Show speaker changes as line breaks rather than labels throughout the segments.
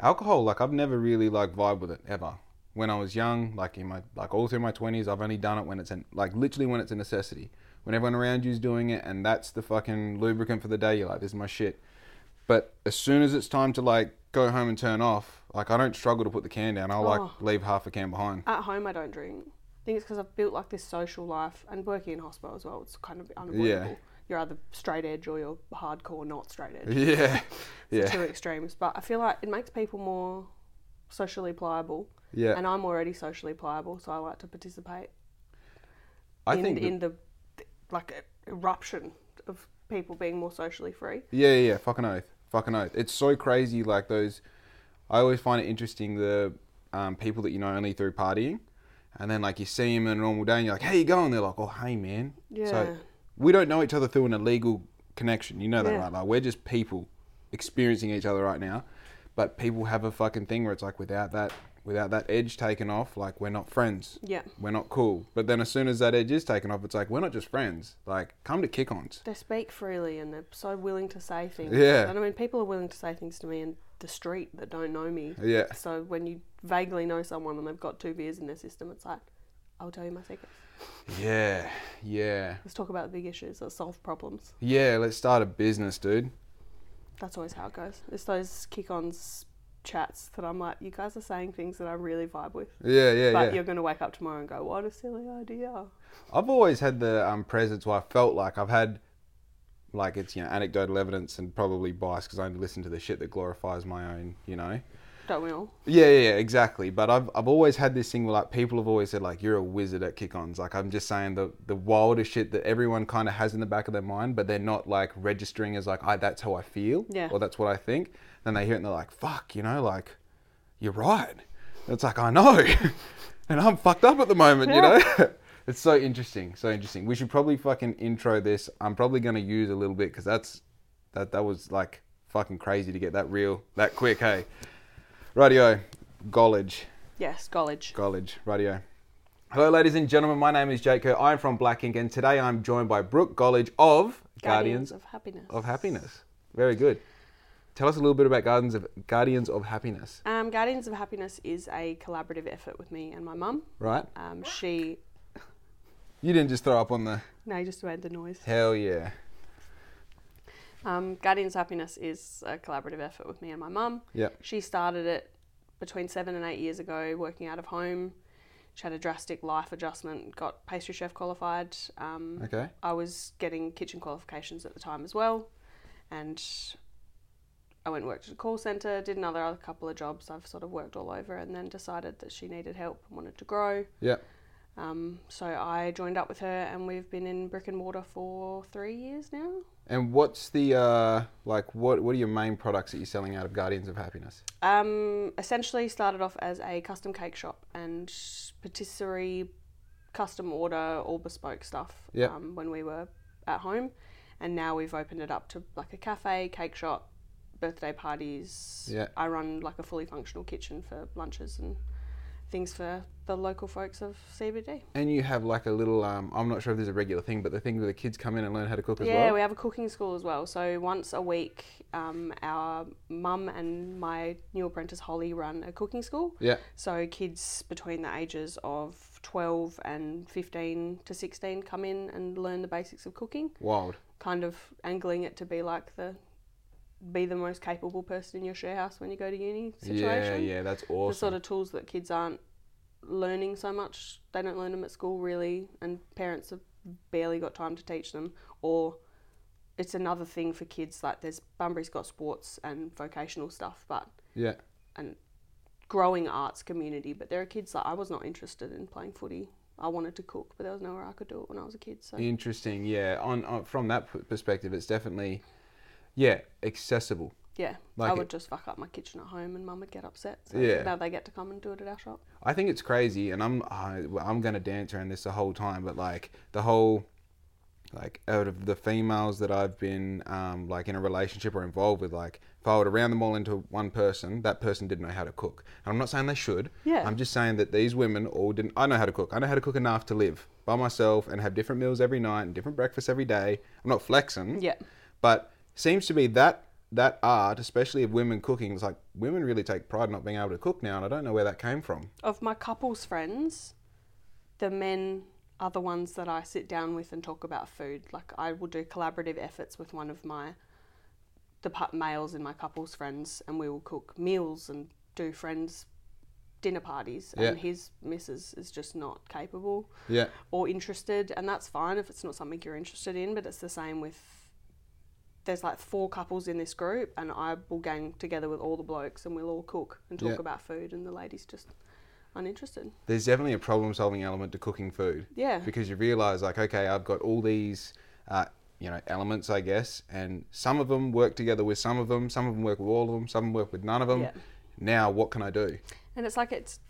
alcohol, like I've never really like vibe with it ever. When I was young, like in my like all through my twenties, I've only done it when it's an, like literally when it's a necessity. When everyone around you's doing it, and that's the fucking lubricant for the day. You're like, this is my shit. But as soon as it's time to like go home and turn off, like I don't struggle to put the can down. I'll
Oh.
like leave half a can behind.
At home, I don't drink. I think it's because I've built like this social life and working in hospital as well. It's kind of unavoidable. You're either straight edge or you're hardcore not straight edge.
Yeah,
It's
yeah,
Two extremes. But I feel like it makes people more socially pliable.
yeah.
And I'm already socially pliable, so I like to participate
I
in,
think that-
in the like eruption of people being more socially free.
Yeah, yeah, yeah. Fucking oath. Fucking oath. It's so crazy. Like those. I always find it interesting the um, people that you know only through partying, and then like you see them in a normal day, and you're like, "How you going?" They're like, "Oh, hey, man."
Yeah.
So we don't know each other through an illegal connection. You know that,
Yeah.
right? Like we're just people experiencing each other right now, but people have a fucking thing where it's like without that. Without that edge taken off, like we're not friends.
Yeah.
We're not cool. But then as soon as that edge is taken off, it's like we're not just friends. Like come to kick ons.
They speak freely and they're so willing to say things.
Yeah.
And I mean, people are willing to say things to me in the street that don't know me.
Yeah.
So when you vaguely know someone and they've got two beers in their system, it's like, I'll tell you my secrets.
Yeah. Yeah.
Let's talk about the big issues. Let's solve problems.
Yeah, let's start a business, dude.
That's always how it goes. It's those kick-ons chats that I'm like, you guys are saying things that I really vibe with.
Yeah, yeah,
But
yeah.
you're going to wake up tomorrow and go, what a silly idea.
I've always had the um, presence where I felt like I've had, like it's you know anecdotal evidence and probably bias because I only listen to the shit that glorifies my own, you know.
Don't we all?
Yeah, yeah, yeah, exactly. But I've I've always had this thing where like people have always said like you're a wizard at kick-ons. Like I'm just saying the the wildest shit that everyone kind of has in the back of their mind, but they're not like registering as like I that's how I feel
Yeah.
or that's what I think. Then they hear it and they're like fuck, you know, like you're right. And it's like I know, and I'm fucked up at the moment, you know. it's so interesting, so interesting. We should probably fucking intro this. I'm probably gonna use a little bit because that's that that was like fucking crazy to get that real that quick, hey. Radio, college,
Yes, college.
college, radio. Hello, ladies and gentlemen. My name is Jake Kerr. I'm from Black Ink, and today I'm joined by Brooke College of Guardians,
of Happiness.
of Happiness. Very good. Tell us a little bit about Guardians of Guardians of Happiness,
Um, Guardians of Happiness is a collaborative effort with me and my mum.
right?
Um, she...
You didn't just throw up on the
No, you just made the noise.
hell yeah.
Um, Guardians of Happiness is a collaborative effort with me and my mum.
Yep.
She started it between seven and eight years ago, working out of home. She had a drastic life adjustment, got pastry chef qualified. Um,
Okay.
I was getting kitchen qualifications at the time as well, and I went and worked at a call centre, did another other couple of jobs. I've sort of worked all over, and then decided that she needed help and wanted to grow.
Yep.
Um, so I joined up with her, and we've been in brick and mortar for three years now.
And what's the uh, like? What what are your main products that you're selling out of Guardians of Happiness?
Um, essentially started off as a custom cake shop and patisserie, custom order, all bespoke stuff.
Yep.
Um, when we were at home, and now we've opened it up to like a cafe, cake shop, birthday parties.
Yeah.
I run like a fully functional kitchen for lunches and things for the local folks of CBD.
And you have like a little. Um, I'm not sure if there's a regular thing, but the thing where the kids come in and learn how to cook as
yeah,
well.
we have a cooking school as well. So once a week, um, our mum and my new apprentice Holly run a cooking school.
Yeah.
So kids between the ages of 12 and 15 to 16 come in and learn the basics of cooking,
Wild.
kind of angling it to be like the be the most capable person in your share house when you go to uni situation.
Yeah, yeah, that's awesome.
The sort of tools that kids aren't learning so much. They don't learn them at school really, and parents have barely got time to teach them. Or it's another thing for kids like there's Bunbury's got sports and vocational stuff, but
yeah.
and growing arts community. But there are kids that I was not interested in playing footy. I wanted to cook, but there was nowhere I could do it when I was a kid. So
Interesting. Yeah. On, on from that p- perspective, it's definitely yeah accessible.
yeah,
Like
I
it-
would just fuck up my kitchen at home, and mum would get upset. So
Yeah.
now they get to come and do it at our shop.
I think it's crazy, and I'm I, I'm gonna dance around this the whole time, but like the whole like out of the females that I've been um, like in a relationship or involved with, like if I were to round them all into one person, that person didn't know how to cook. And I'm not saying they should.
Yeah.
I'm just saying that these women all didn't. I know how to cook. I know how to cook enough to live by myself and have different meals every night and different breakfasts every day. I'm not flexing.
Yeah.
But seems to be that that art, especially of women cooking, it's like women really take pride in not being able to cook now, and I don't know where that came from.
Of my couple's friends, the men are the ones that I sit down with and talk about food. Like I will do collaborative efforts with one of my the pa- males in my couple's friends, and we will cook meals and do friends dinner parties. And
Yeah.
his missus is just not capable
Yeah,
or interested, and that's fine if it's not something you're interested in. But it's the same with there's like four couples in this group, and I will gang together with all the blokes, and we'll all cook and talk
Yeah.
about food, and the ladies just uninterested.
there's definitely a problem-solving element to cooking food.
Yeah.
because you realize like okay i've got all these uh, you know elements i guess and some of them work together with some of them some of them work with all of them some work with none of them
Yeah.
now what can i do
And it's like it's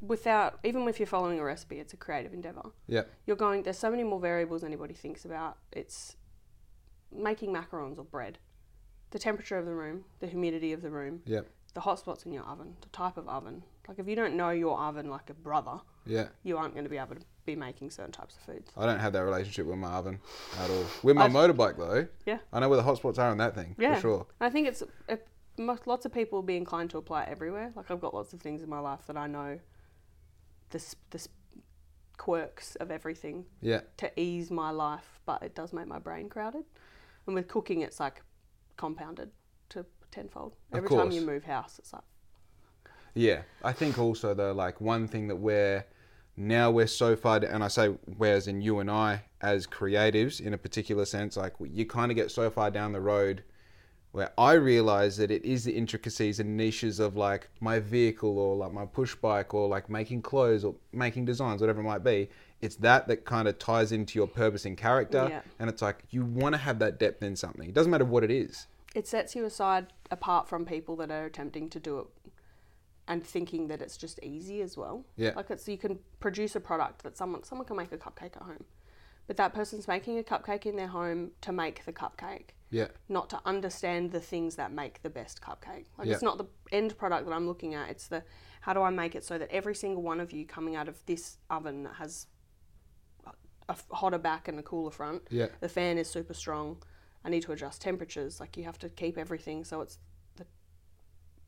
without even if you're following a recipe, it's a creative endeavor.
yeah
You're going there's so many more variables anybody thinks about. It's making macarons or bread. The temperature of the room, the humidity of the room,
yeah
the hot spots in your oven, the type of oven. Like if you don't know your oven like a brother,
yeah
you aren't going to be able to be making certain types of foods.
i don't have that relationship with my oven at all with my
I've-
motorbike though
Yeah.
i know where the hotspots are on that thing
Yeah.
for sure
I think it's a, most, lots of people will be inclined to apply it everywhere. Like I've got lots of things in my life that I know the sp- the sp- quirks of everything
yeah
to ease my life, but it does make my brain crowded. And with cooking, it's like compounded to tenfold.
Of
Every time
course.
you move house, it's like
Yeah, I think also though, like one thing that we're now we're so far, d- and I say whereas in you and I as creatives in a particular sense, like you kind of get so far down the road where I realize that it is the intricacies and niches of like my vehicle or like my push bike or like making clothes or making designs, whatever it might be. It's that that kind of ties into your purpose and character,
Yeah.
and it's like you want to have that depth in something. It doesn't matter what it is.
it sets you aside apart from people that are attempting to do it and thinking that it's just easy as well.
Yeah.
Like it's you can produce a product that someone someone can make a cupcake at home. But that person's making a cupcake in their home to make the cupcake,
Yeah,
not to understand the things that make the best cupcake. Like it's
Yeah.
not the end product that I'm looking at, it's the how do I make it so that every single one of you coming out of this oven that has a f- hotter back and a cooler front.
Yeah.
The fan is super strong. I need to adjust temperatures. Like you have to keep everything. So it's the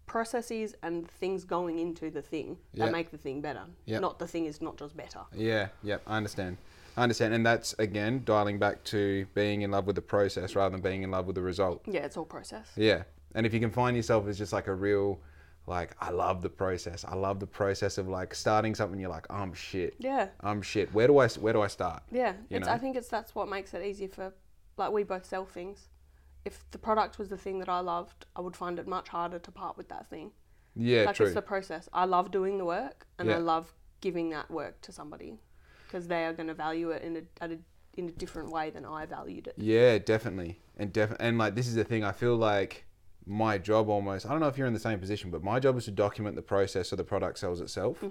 processes and things going into the thing
Yeah.
that make the thing better.
Yeah.
Not the thing is not just better.
Yeah, yeah, I understand. I understand. And that's, again, dialing back to being in love with the process rather than being in love with the result.
Yeah, it's all process.
Yeah. And if you can find yourself as just like a real, like, I love the process. I love the process of like starting something, you're like, I'm shit.
Yeah.
I'm shit. Where do I, where do I start?
Yeah,
You
it's,
know?
I think it's that's what makes it easier for, like we both sell things. If the product was the thing that I loved, I would find it much harder to part with that thing.
Yeah,
like
true.
it's the process. I love doing the work, and
Yeah.
I love giving that work to somebody because they are going to value it in a, at a in a different way than I valued it.
Yeah, definitely. And def- and like this is the thing I feel like my job almost I don't know if you're in the same position, but my job is to document the process so the product sells itself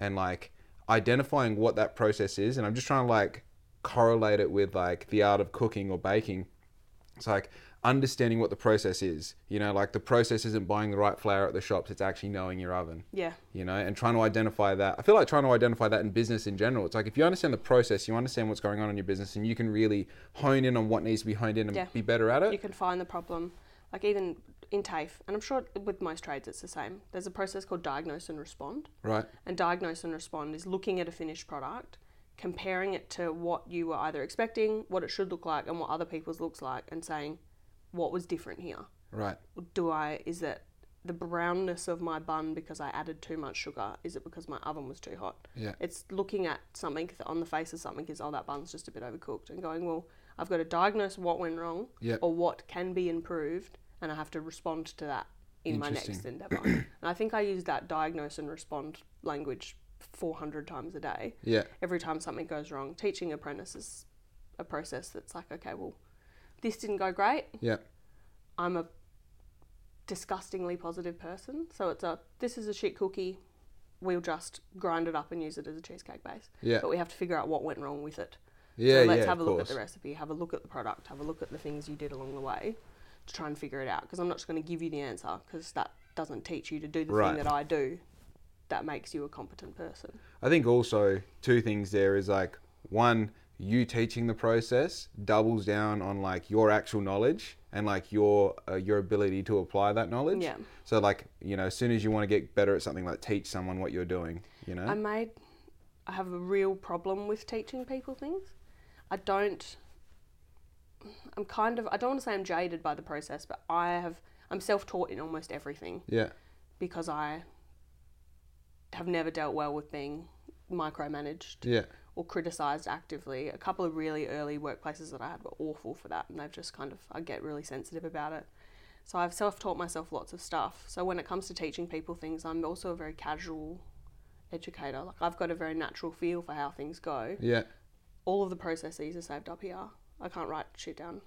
and like identifying what that process is and I'm just trying to like correlate it with like the art of cooking or baking. It's like understanding what the process is. You know, like the process isn't buying the right flour at the shops, it's actually knowing your oven
Yeah,
you know, and trying to identify that. I feel like trying to identify that in business in general. It's like if you understand the process, you understand what's going on in your business, and you can really hone in on what needs to be honed in and
Yeah.
be better at it.
you can find the problem, like even in TAFE, and I'm sure with most trades it's the same. There's a process called diagnose and respond.
right.
and diagnose and respond is looking at a finished product, comparing it to what you were either expecting, what it should look like, and what other people's looks like, and saying, what was different here?
Right.
Do I, is it the brownness of my bun because I added too much sugar? Is it because my oven was too hot?
Yeah.
It's looking at something that on the face of something is, oh, that bun's just a bit overcooked, and going, well, I've got to diagnose what went wrong
Yep.
or what can be improved, and I have to respond to that in my next
Interesting.
endeavor. and I think I use that diagnose and respond language 400 times a day.
Yeah.
Every time something goes wrong, teaching apprentices a process that's like, okay, well, this didn't go great.
Yeah.
I'm a disgustingly positive person. So it's a this is a shit cookie. We'll just grind it up and use it as a cheesecake base.
Yeah.
But we have to figure out what went wrong with it.
Yeah,
So let's
yeah,
have a
of
look at
course.
the recipe, have a look at the product, have a look at the things you did along the way to try and figure it out. Because I'm not just going to give you the answer because that doesn't teach you to do the
Right.
thing that I do. That makes you a competent person.
I think also two things there is like one, you teaching the process doubles down on like your actual knowledge and like your uh, your ability to apply that knowledge.
Yeah.
So like you know, as soon as you want to get better at something, like teach someone what you're doing. You know.
I made I have a real problem with teaching people things. I don't I'm kind of I don't want to say I'm jaded by the process, but I have I'm self-taught in almost everything
yeah.
because I have never dealt well with being micromanaged
Yeah.
or criticized actively. A couple of really early workplaces that I had were awful for that, and they've just kind of I get really sensitive about it. So I've self-taught myself lots of stuff. So when it comes to teaching people things, I'm also a very casual educator. Like I've got a very natural feel for how things go.
Yeah.
All of the processes are saved up here. I can't write shit down.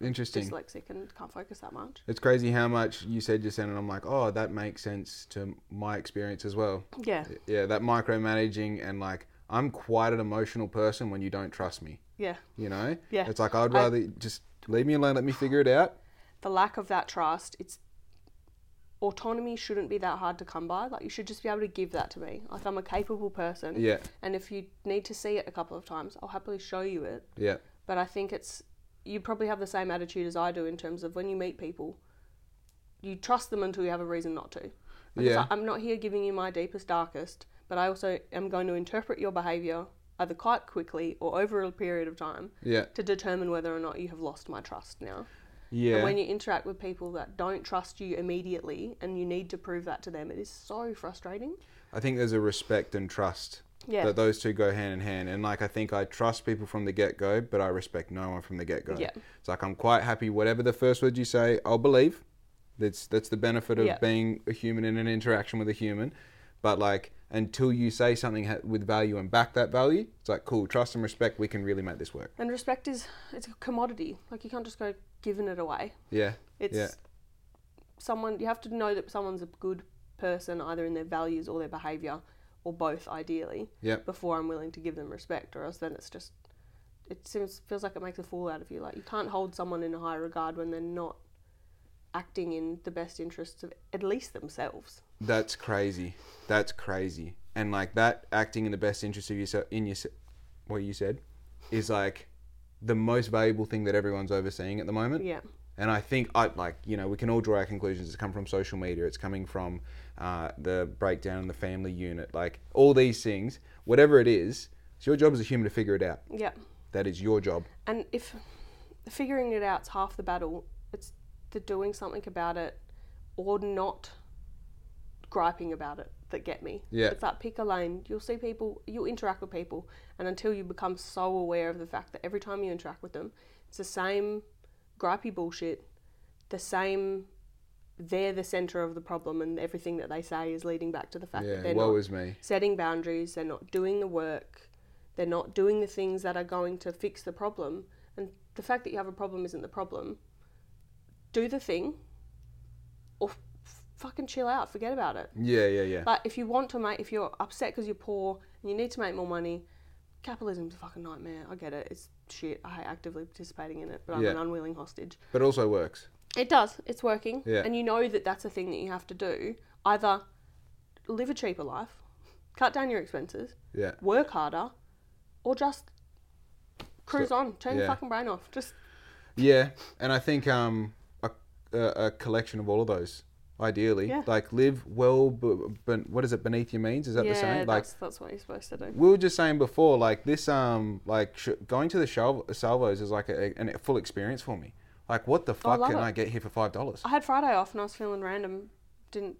Interesting.
Dyslexic and can't focus that much.
It's crazy how much you said just then, and I'm like, oh, that makes sense to my experience as well.
Yeah.
Yeah, that micromanaging and like, I'm quite an emotional person when you don't trust me.
Yeah.
You know?
Yeah.
It's like I'd
I-
rather just leave me alone, let me figure it out.
the lack of that trust it's autonomy shouldn't be that hard to come by like you should just be able to give that to me like i'm a capable person
Yeah.
and if you need to see it a couple of times i'll happily show you it
Yeah.
but i think it's you probably have the same attitude as i do in terms of when you meet people you trust them until you have a reason not to Like, it's
Yeah.
like, i'm not here giving you my deepest darkest but i also am going to interpret your behavior either quite quickly or over a period of time
Yeah.
to determine whether or not you have lost my trust now
Yeah.
and when you interact with people that don't trust you immediately and you need to prove that to them, it is so frustrating.
I think there's a respect and trust.
Yeah.
That those two go hand in hand. And like I think I trust people from the get go, but I respect no one from the get go.
Yeah.
It's like I'm quite happy whatever the first word you say, I'll believe. That's that's the benefit of
Yeah.
being a human in an interaction with a human. But like until you say something ha- with value and back that value, it's like cool, trust and respect, we can really make this work.
And respect is it's a commodity. Like you can't just go giving it away.
Yeah.
It's
yeah.
someone you have to know that someone's a good person either in their values or their behavior or both ideally
Yeah.
before I'm willing to give them respect or else then it's just it seems feels like it makes a fool out of you. Like you can't hold someone in a high regard when they're not acting in the best interests of at least themselves.
That's crazy. That's crazy. And like that acting in the best interest of yourself in your what you said is like the most valuable thing that everyone's overseeing at the moment.
Yeah.
And I think I like you know we can all draw our conclusions. It's come from social media. It's coming from uh, the breakdown in the family unit. Like all these things, whatever it is, it's your job as a human to figure it out.
Yeah.
That is your job.
and if figuring it out's half the battle, it's the doing something about it or not griping about it that get me.
Yeah.
It's like pick a lane. You'll see people, you'll interact with people, and until you become so aware of the fact that every time you interact with them, it's the same gripey bullshit, the same. They're the center of the problem, and everything that they say is leading back to the fact that
Yeah.
Uh, they're
Woe
not
is me.
setting boundaries, they're not doing the work, they're not doing the things that are going to fix the problem. And the fact that you have a problem isn't the problem. Do the thing or f- fucking chill out, forget about it.
Yeah. Yeah. Yeah.
Like, if you want to make, if you're upset because you're poor and you need to make more money, capitalism's a fucking nightmare. I get it. It's shit. I hate actively participating in it, but I'm
Yeah.
an unwilling hostage.
But it also works.
It does. It's working.
Yeah.
And you know that that's a thing that you have to do. Either live a cheaper life, cut down your expenses,
Yeah.
work harder, or just cruise on. Turn your
yeah.
fucking brain off. Just
Yeah, and I think um, a, a, a collection of all of those, ideally,
Yeah.
like live well. But, but what is it beneath your means? Is that
yeah,
the same? Like
that's, that's what you're supposed to do.
we were just saying before, like this um, like sh- going to the shal- salvos is like a, a, a full experience for me. Like what the fuck
Oh, love
can
it.
I get here for five dollars?
I had Friday off and I was feeling random. Didn't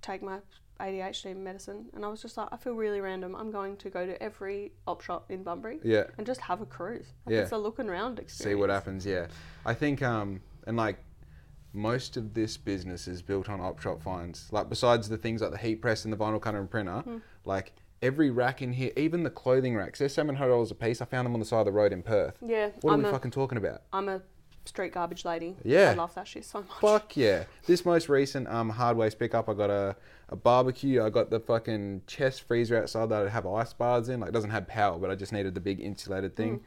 take my ADHD medicine, and I was just like, I feel really random. I'm going to go to every op shop in Bunbury
Yeah,
and just have a cruise. Like,
Yeah.
It's a looking round
see
experience.
what happens. Yeah, I think um, and like most of this business is built on op shop finds. Like besides the things like the heat press and the vinyl cutter and printer,
Hmm.
like every rack in here, even the clothing racks, they're seven hundred dollars a piece. I found them on the side of the road in Perth.
Yeah,
What are
I'm
we
a-
fucking talking about?
I'm a street garbage lady.
Yeah.
I love that shit so much.
Fuck yeah! This most recent um hard waste pickup, I got a, a barbecue. I got the fucking chest freezer outside that I have ice bars in. Like it doesn't have power, but I just needed the big insulated thing.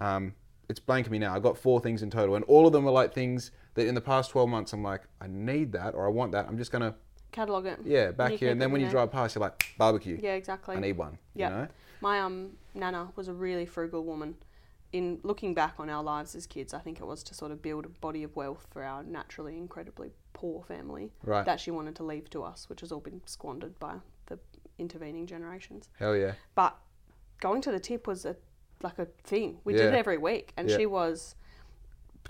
Mm.
Um, it's blanking me now. I got four things in total, and all of them are like things that in the past twelve months I'm like, I need that or I want that. I'm just gonna
Catalog it.
yeah back
You
here,
keep
and then
it
when
in
you
there.
drive past, you're like barbecue.
Yeah, exactly.
I need one.
Yeah.
You know?
My um nana was a really frugal woman, in looking back on our lives as kids, I think it was to sort of build a body of wealth for our naturally incredibly poor family
Right.
that she wanted to leave to us, which has all been squandered by the intervening generations.
Hell yeah.
But going to the tip was a like a thing. We did
Yeah.
it every week, and
Yeah.
she was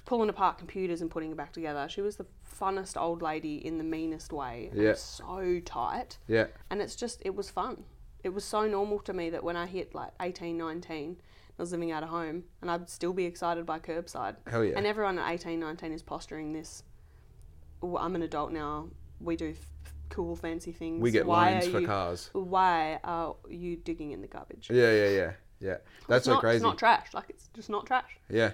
pulling apart computers and putting it back together. She was the funnest old lady in the meanest way. and
Yeah.
so tight
Yeah.
and it's just it was fun it was so normal to me that when i hit like 18 19 i was living out of home and i'd still be excited by curbside
Hell yeah.
and everyone at 18 19 is posturing this "Oh, i'm an adult now we do f- f- cool fancy things
we get
why
loans
are
for
you,
cars.
why are you digging in the garbage
Yeah, yeah, yeah. Yeah. That's
it's not,
so crazy.
it's not trash like it's just not trash
Yeah.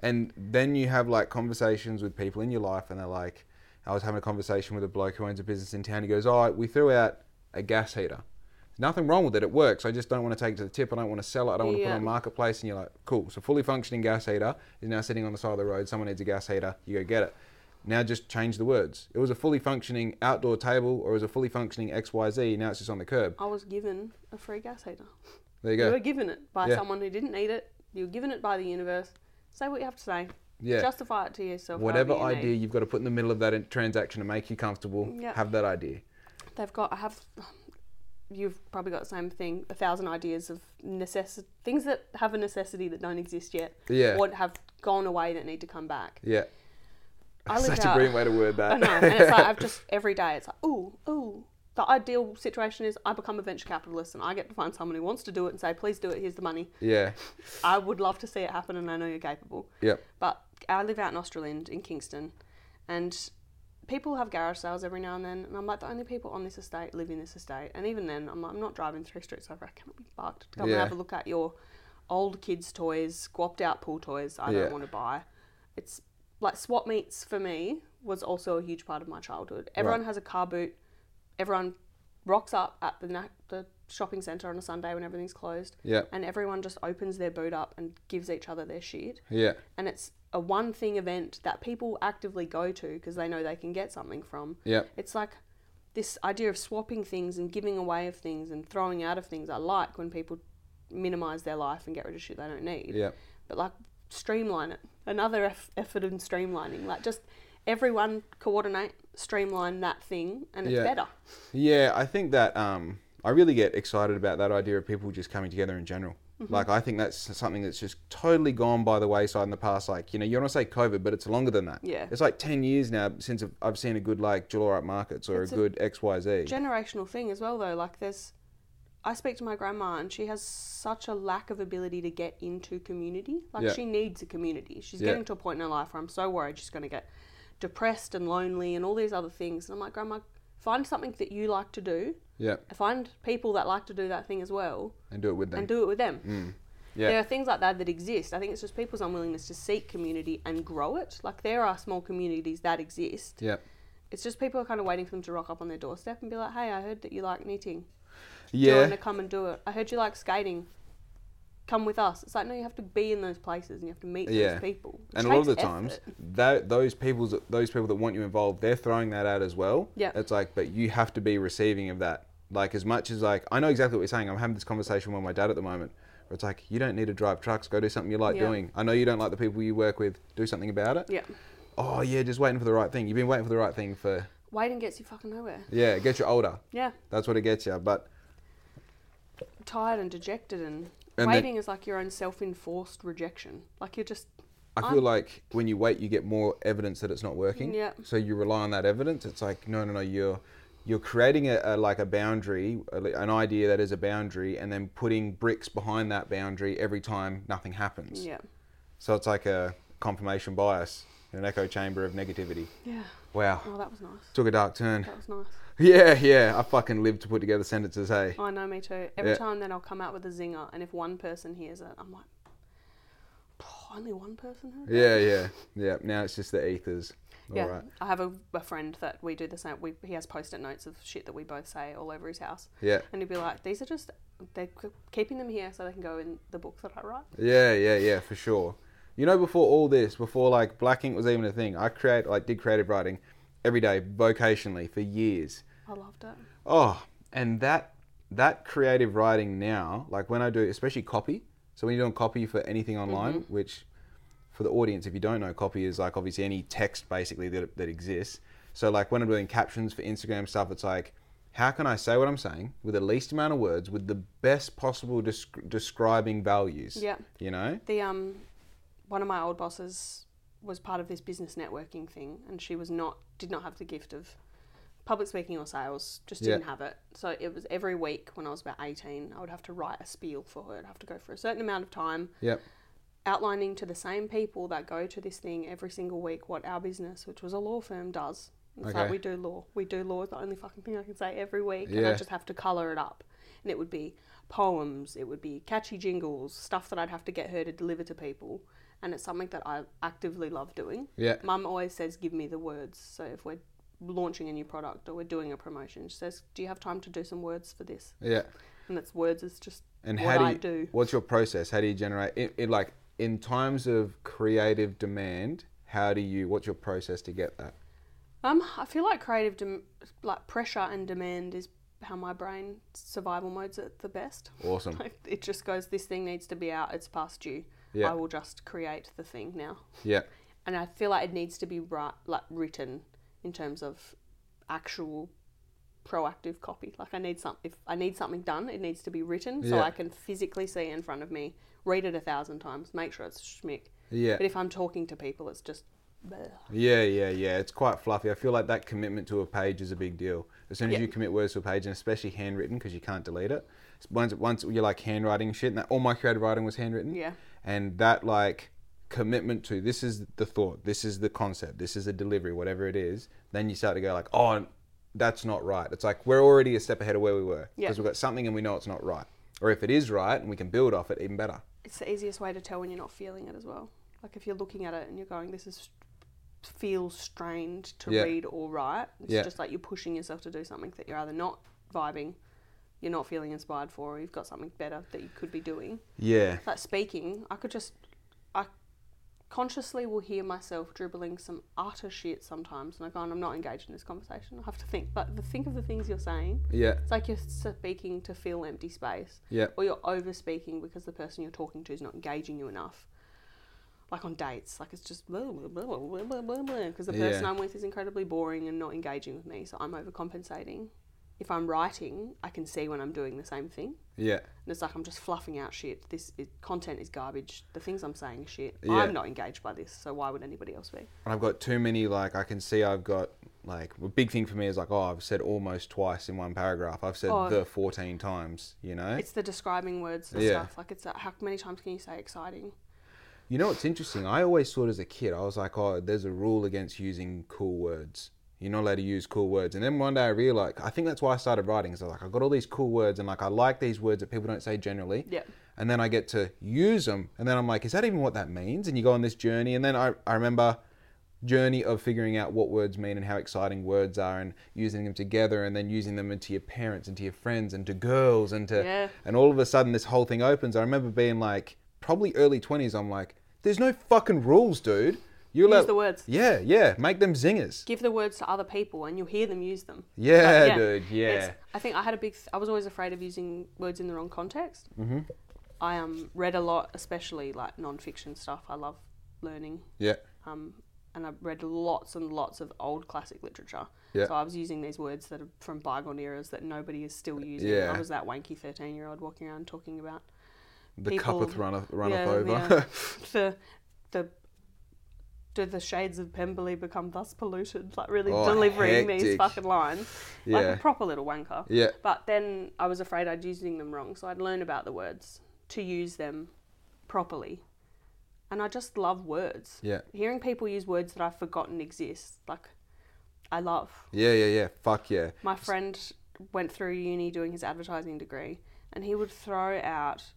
And then you have like conversations with people in your life, and they're like, I was having a conversation with a bloke who owns a business in town. He goes, Oh, we threw out a gas heater. There's nothing wrong with it. It works. I just don't want to take it to the tip. I don't want to sell it. I don't want to put it
Yeah.
on marketplace. And you're like, Cool. So, fully functioning gas heater is now sitting on the side of the road. Someone needs a gas heater. You go get it. Now just change the words. It was a fully functioning outdoor table, or it was a fully functioning XYZ. Now it's just on the curb.
i was given a free gas heater
There you
you
go.
were given it by
Yeah.
someone who didn't need it you were given it by the universe say what you have to say
Yeah.
justify it to yourself
Whatever
however you need.
idea you've got to put in the middle of that in- transaction to make you comfortable,
Yeah.
have that idea.
they've got i have you've probably got the same thing a thousand ideas of necess things that have a necessity that don't exist yet
Yeah.
or have gone away that need to come back
Yeah.
I
That's
live
Such a
out-
brilliant way to word that.
i know and it's like i've just every day it's like ooh ooh the ideal situation is i become a venture capitalist and i get to find someone who wants to do it and say please do it here's the money
yeah.
i would love to see it happen and i know you're capable
Yep.
but I live out in Australand in Kingston, and people have garage sales every now and then. And I'm like, the only people on this estate live in this estate. And even then, I'm like, I'm not driving three streets over. I cannot be bugged. Come
Yeah.
and have a look at your old kids' toys, squapped out pool toys. I
Yeah.
don't want to buy. It's like swap meets for me was also a huge part of my childhood. Everyone has a car boot. Everyone rocks up at the na- the shopping centre on a Sunday when everything's closed.
Yep.
And everyone just opens their boot up and gives each other their shit
Yeah.
and it's a one thing event that people actively go to because they know they can get something from.
Yep.
It's like this idea of swapping things and giving away of things and throwing out of things I like when people minimize their life and get rid of shit they don't need.
Yep.
But like streamline it. Another eff- effort in streamlining. Like just everyone coordinate, streamline that thing and it's
Yeah.
better.
Yeah, I think that um, I really get excited about that idea of people just coming together in general.
Mm-hmm.
Like, I think that's something that's just totally gone by the wayside in the past. Like, you know, you want to say COVID, but it's longer than that.
Yeah.
It's like 10 years now since I've- I've seen a good, like, July markets or
It's
a
a
good XYZ.
generational thing as well though like there's i speak to my grandma and she has such a lack of ability to get into community like
Yeah.
she needs a community she's
Yeah.
getting to a point in her life where i'm so worried she's going to get depressed and lonely and all these other things and i'm like grandma find something that you like to do
yeah.
find people that like to do that thing as well
And do it with them.
and do it with them
Mm. yeah.
there are things like that that exist. I think it's just people's unwillingness to seek community and grow it. Like there are small communities that exist
yeah.
it's just people are kind of waiting for them to rock up on their doorstep and be like, "Hey, I heard that you like knitting. Do you
Yeah.
want to come and do it? I heard you like skating. Come with us." It's like, no, you have to be in those places and you have to meet
Yeah.
those people. It
and a lot of the
takes
times
effort.
that those people's those people that want you involved they're throwing that out as well
Yeah.
it's like but you have to be receiving of that like as much as like i know exactly what you're saying i'm having this conversation with my dad at the moment where it's like you don't need to drive trucks go do something you like
Yeah.
doing i know you don't like the people you work with do something about it
yeah,
oh yeah just waiting for the right thing you've been waiting for the right thing for
waiting gets you fucking nowhere.
yeah it gets you older
Yeah,
that's what it gets you but
tired and dejected, and,
then-
waiting is like your own self-enforced rejection. Like you're just
I feel like when you wait, you get more evidence that it's not working.
Yeah.
So you rely on that evidence. It's like no, no, no. You're you're creating a, a like a boundary, a li- an idea that is a boundary, and then putting bricks behind that boundary every time nothing happens.
yeah,
So it's like a confirmation bias, an echo chamber of negativity.
yeah.
Wow,
Oh, that was nice.
took a dark turn.
That was nice. Oh,
Yeah, yeah. I fucking live to put together sentences. Hey.
I know, me too. Every
Yeah.
time then I'll come out with a zinger, and if one person hears it, I'm like, only one person heard that?"
Yeah, yeah, yeah. Now it's just the ethers. All
Yeah,
right.
I have a, a friend that we do the same. We, he has post-it notes of shit that we both say all over his house,
Yeah.
and he'd be like, "These are just they're k- keeping them here so they can go in the book that I write."
Yeah, yeah, yeah, for sure. You know, before all this, before like black ink was even a thing, I create like did creative writing every day vocationally for years.
I loved it.
Oh, and that that creative writing now, like when I do, especially copy. So when you're doing copy for anything online, which for the audience, if you don't know, copy is like obviously any text basically that, that exists. So like when I'm doing captions for Instagram stuff, it's like, how can I say what I'm saying with the least amount of words with the best possible desc- describing values?
Yeah.
You know?
The um, one of my old bosses was part of this business networking thing, and she was not did not have the gift of public speaking or sales. Just
Yeah.
didn't have it. So it was every week when I was about eighteen, I would have to write a spiel for her. I'd have to go for a certain amount of time
Yep.
outlining to the same people that go to this thing every single week what our business, which was a law firm, does. It's
Okay.
like we do law. We do law is the only fucking thing I can say every week, and
Yeah.
I just have to color it up. And it would be poems, it would be catchy jingles, stuff that I'd have to get her to deliver to people. And it's something that I actively love doing.
Yeah.
Mum always says, "Give me the words." So if we're launching a new product or we're doing a promotion, she says, "Do you have time to do some words for this?"
Yeah.
And it's words is just
And
what
how do
I
you,
do.
What's your process? How do you generate it, it? Like in times of creative demand, how do you? What's your process to get that?
Um, I feel like creative, dem- like pressure and demand is how my brain survival modes at the best.
Awesome.
Like it just goes, this thing needs to be out. It's past due.
Yeah.
I will just create the thing now.
Yeah.
And I feel like it needs to be right, like written in terms of actual proactive copy. Like I need some, if I need something done, it needs to be written so
Yeah.
I can physically see it in front of me, read it a thousand times, make sure it's schmick.
Yeah.
But if I'm talking to people, it's just. bleh.
Yeah, yeah, yeah. It's quite fluffy. I feel like that commitment to a page is a big deal. As soon as
Yeah.
you commit words to a page, and especially handwritten, because you can't delete it. Once, once you're like handwriting shit, and that, all my creative writing was handwritten.
Yeah.
And that like commitment to this is the thought, this is the concept, this is the delivery, whatever it is. Then you start to go like, oh, that's not right. It's like we're already a step ahead of where we were
Yeah.
because we've got something and we know it's not right. Or if it is right and we can build off it, even better.
it's the easiest way to tell when you're not feeling it as well. Like if you're looking at it and you're going, this is feels strained to
Yeah.
read or write. It's
Yeah.
just like you're pushing yourself to do something that you're either not vibing, you're not feeling inspired for, or you've got something better that you could be doing.
Yeah.
Like speaking, I could just, I consciously will hear myself dribbling some utter shit sometimes, and I go, I'm not engaged in this conversation. I have to think, but the think of the things you're saying.
Yeah.
It's like you're speaking to fill empty space
Yeah.
or you're over speaking because the person you're talking to is not engaging you enough. Like on dates, like it's just blah blah blah blah blah blah blah because the person
Yeah.
I'm with is incredibly boring and not engaging with me, so I'm overcompensating. If I'm writing, I can see when I'm doing the same thing,
Yeah.
and it's like I'm just fluffing out shit. This is, content is garbage. The things I'm saying is shit.
Yeah.
I'm not engaged by this, so why would anybody else be?
and I've got too many. Like I can see I've got like a big thing for me is like oh I've said almost twice in one paragraph. I've said
Oh.
the fourteen times. You know.
It's the describing words and
Yeah.
stuff. Like it's like, how many times can you say exciting?
You know what's interesting? I always thought as a kid I was like oh there's a rule against using cool words. You're not allowed to use cool words. And then one day I realized I think that's why I started writing. Is I like I got all these cool words and like I like these words that people don't say generally.
Yeah.
And then I get to use them and then I'm like is that even what that means? And you go on this journey and then I I remember journey of figuring out what words mean and how exciting words are and using them together and then using them into your parents and to your friends and to girls and to
Yeah.
and all of a sudden this whole thing opens. I remember being like probably early twenties, I'm like, there's no fucking rules, dude. You
Use the words.
Yeah, yeah. Make them zingers.
give the words to other people and you'll hear them use them.
Yeah,
But,
dude,
it's-
yeah.
I think I had a big. Th- I was always afraid of using words in the wrong context. Mm-hmm. I um read a lot, especially like non-fiction stuff. I love learning,
Yeah.
um, and I read lots and lots of old classic literature.
Yeah.
So I was using these words that are from bygone eras that nobody is still using.
Uh, Yeah.
I was that wanky thirteen-year-old walking around talking about
The
People-
cuppeth runneth runneth
yeah,
over.
yeah. the the do the shades of Pemberley become thus polluted? Like really
Oh,
delivering these
hectic.
fucking lines, like
Yeah.
a proper little wanker.
Yeah.
But then I was afraid I'd using them wrong, so I'd learn about the words to use them properly, and I just love words.
Yeah.
Hearing people use words that I've forgotten exist, like I love.
Yeah, yeah, yeah. Fuck yeah.
My friend went through uni doing his advertising degree, and he would throw out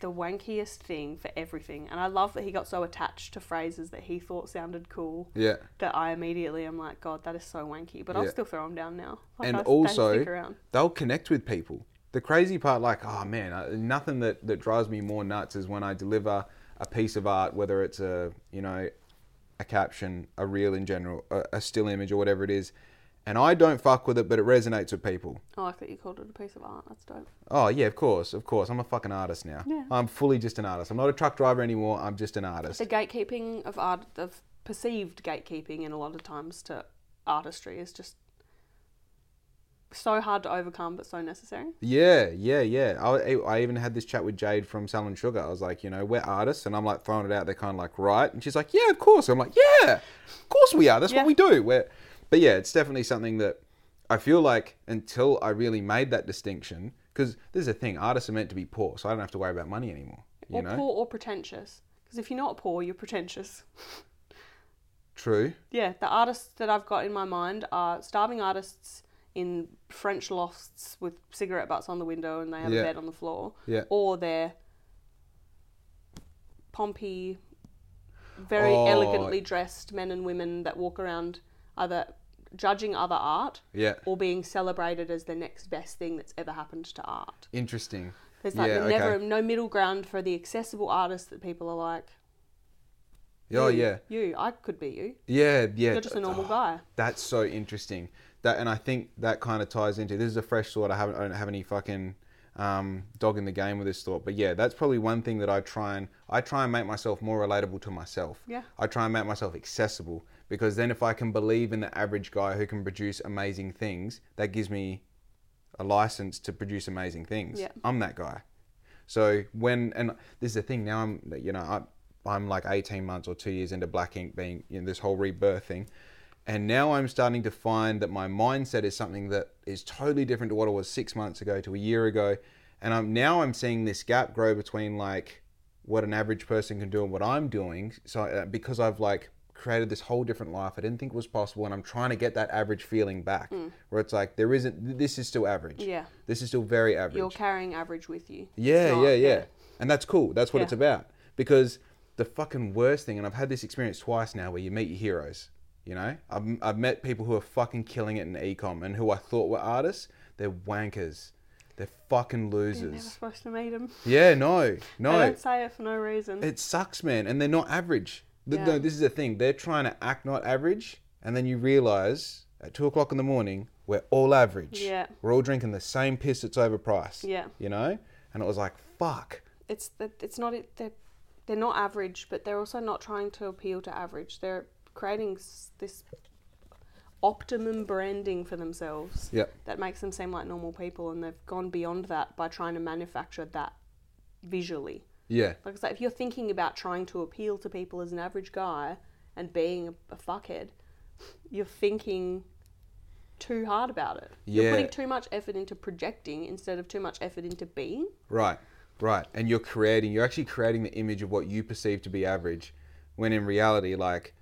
the wankiest thing for everything. And I love that he got so attached to phrases that he thought sounded cool
Yeah.
that I immediately am like, God, that is so wanky. But
Yeah.
I'll still throw them down now. Like,
and
I- they
also
stick around.
they'll connect with people. The crazy part, like, oh man, I, nothing that, that drives me more nuts is when I deliver a piece of art, whether it's a you know a caption, a reel in general, a, a still image, or whatever it is, and I don't fuck with it, but it resonates with people.
Oh, I like that you called it a piece of art. That's dope.
Oh yeah, of course, of course. I'm a fucking artist now.
Yeah.
I'm fully just an artist. I'm not a truck driver anymore. I'm just an artist.
The gatekeeping of art, of perceived gatekeeping, in a lot of times to artistry is just so hard to overcome, but so necessary.
Yeah, yeah, yeah. I, I even had this chat with Jade from Salon Sugar. I was like, you know, we're artists, and I'm like throwing it out. They're kind of like, right? And she's like, yeah, of course. I'm like, yeah, of course we are. That's
Yeah.
what we do. We're, but yeah, it's definitely something that I feel like until I really made that distinction, because this is the thing, artists are meant to be poor, so I don't have to worry about money anymore. You
or
know,
poor or pretentious. Because if you're not poor, you're pretentious.
true.
Yeah, the artists that I've got in my mind are starving artists in French lofts with cigarette butts on the window and they have
Yeah.
a bed on the floor.
Yeah.
Or they're Pompey, very
Oh.
elegantly dressed men and women that walk around either judging other art
Yeah,
or being celebrated as the next best thing that's ever happened to art.
interesting.
There's like
Yeah,
the
okay.
never no middle ground for the accessible artists that people are like.
Oh
"You,
yeah,
You, I could be you.
yeah, yeah.
Hmm. You're just a normal
Oh.
guy.
That's so interesting. That and I think that kind of ties into this is a fresh thought. I haven't I don't have any fucking um, dog in the game with this thought, but yeah, that's probably one thing that I try and I try and make myself more relatable to myself.
Yeah.
I try and make myself accessible because then if I can believe in the average guy who can produce amazing things, that gives me a license to produce amazing things.
Yeah.
I'm that guy. So when and this is the thing now I'm you know I'm I'm like 18 months or 2 years into black ink being you know, this whole rebirth thing and now I'm starting to find that my mindset is something that is totally different to what it was 6 months ago to a year ago and I'm now I'm seeing this gap grow between like what an average person can do and what I'm doing so uh, because I've like created this whole different life I didn't think was possible and I'm trying to get that average feeling back where it's like there isn't this is still average
Mm. Yeah.
this is still very average
You're carrying average with you. It's
yeah,
not-
yeah, yeah. And that's cool. That's what
Yeah.
it's about. Because the fucking worst thing, and I've had this experience twice now where you meet your heroes, you know? I've, I've met people who are fucking killing it in ecom and who I thought were artists. They're wankers. They're fucking
You're never
losers.
supposed to meet him.
Yeah, no, no.
I don't say it for no reason.
It sucks, man. And they're not average. Th-
Yeah.
No, this is the thing. They're trying to act not average, and then you realize at two o'clock in the morning we're all average.
Yeah.
We're all drinking the same piss that's overpriced.
Yeah.
You know, and it was like fuck.
it's that it's not it. They're, they're not average, but they're also not trying to appeal to average. They're creating s- this optimum branding for themselves
Yep.
that makes them seem like normal people, and they've gone beyond that by trying to manufacture that visually.
Yeah.
Like I say, if you're thinking about trying to appeal to people as an average guy and being a, a fuckhead, you're thinking too hard about it. You're
Yeah.
putting too much effort into projecting instead of too much effort into being.
Right. Right. And you're creating. You're actually creating the image of what you perceive to be average, when in reality, like,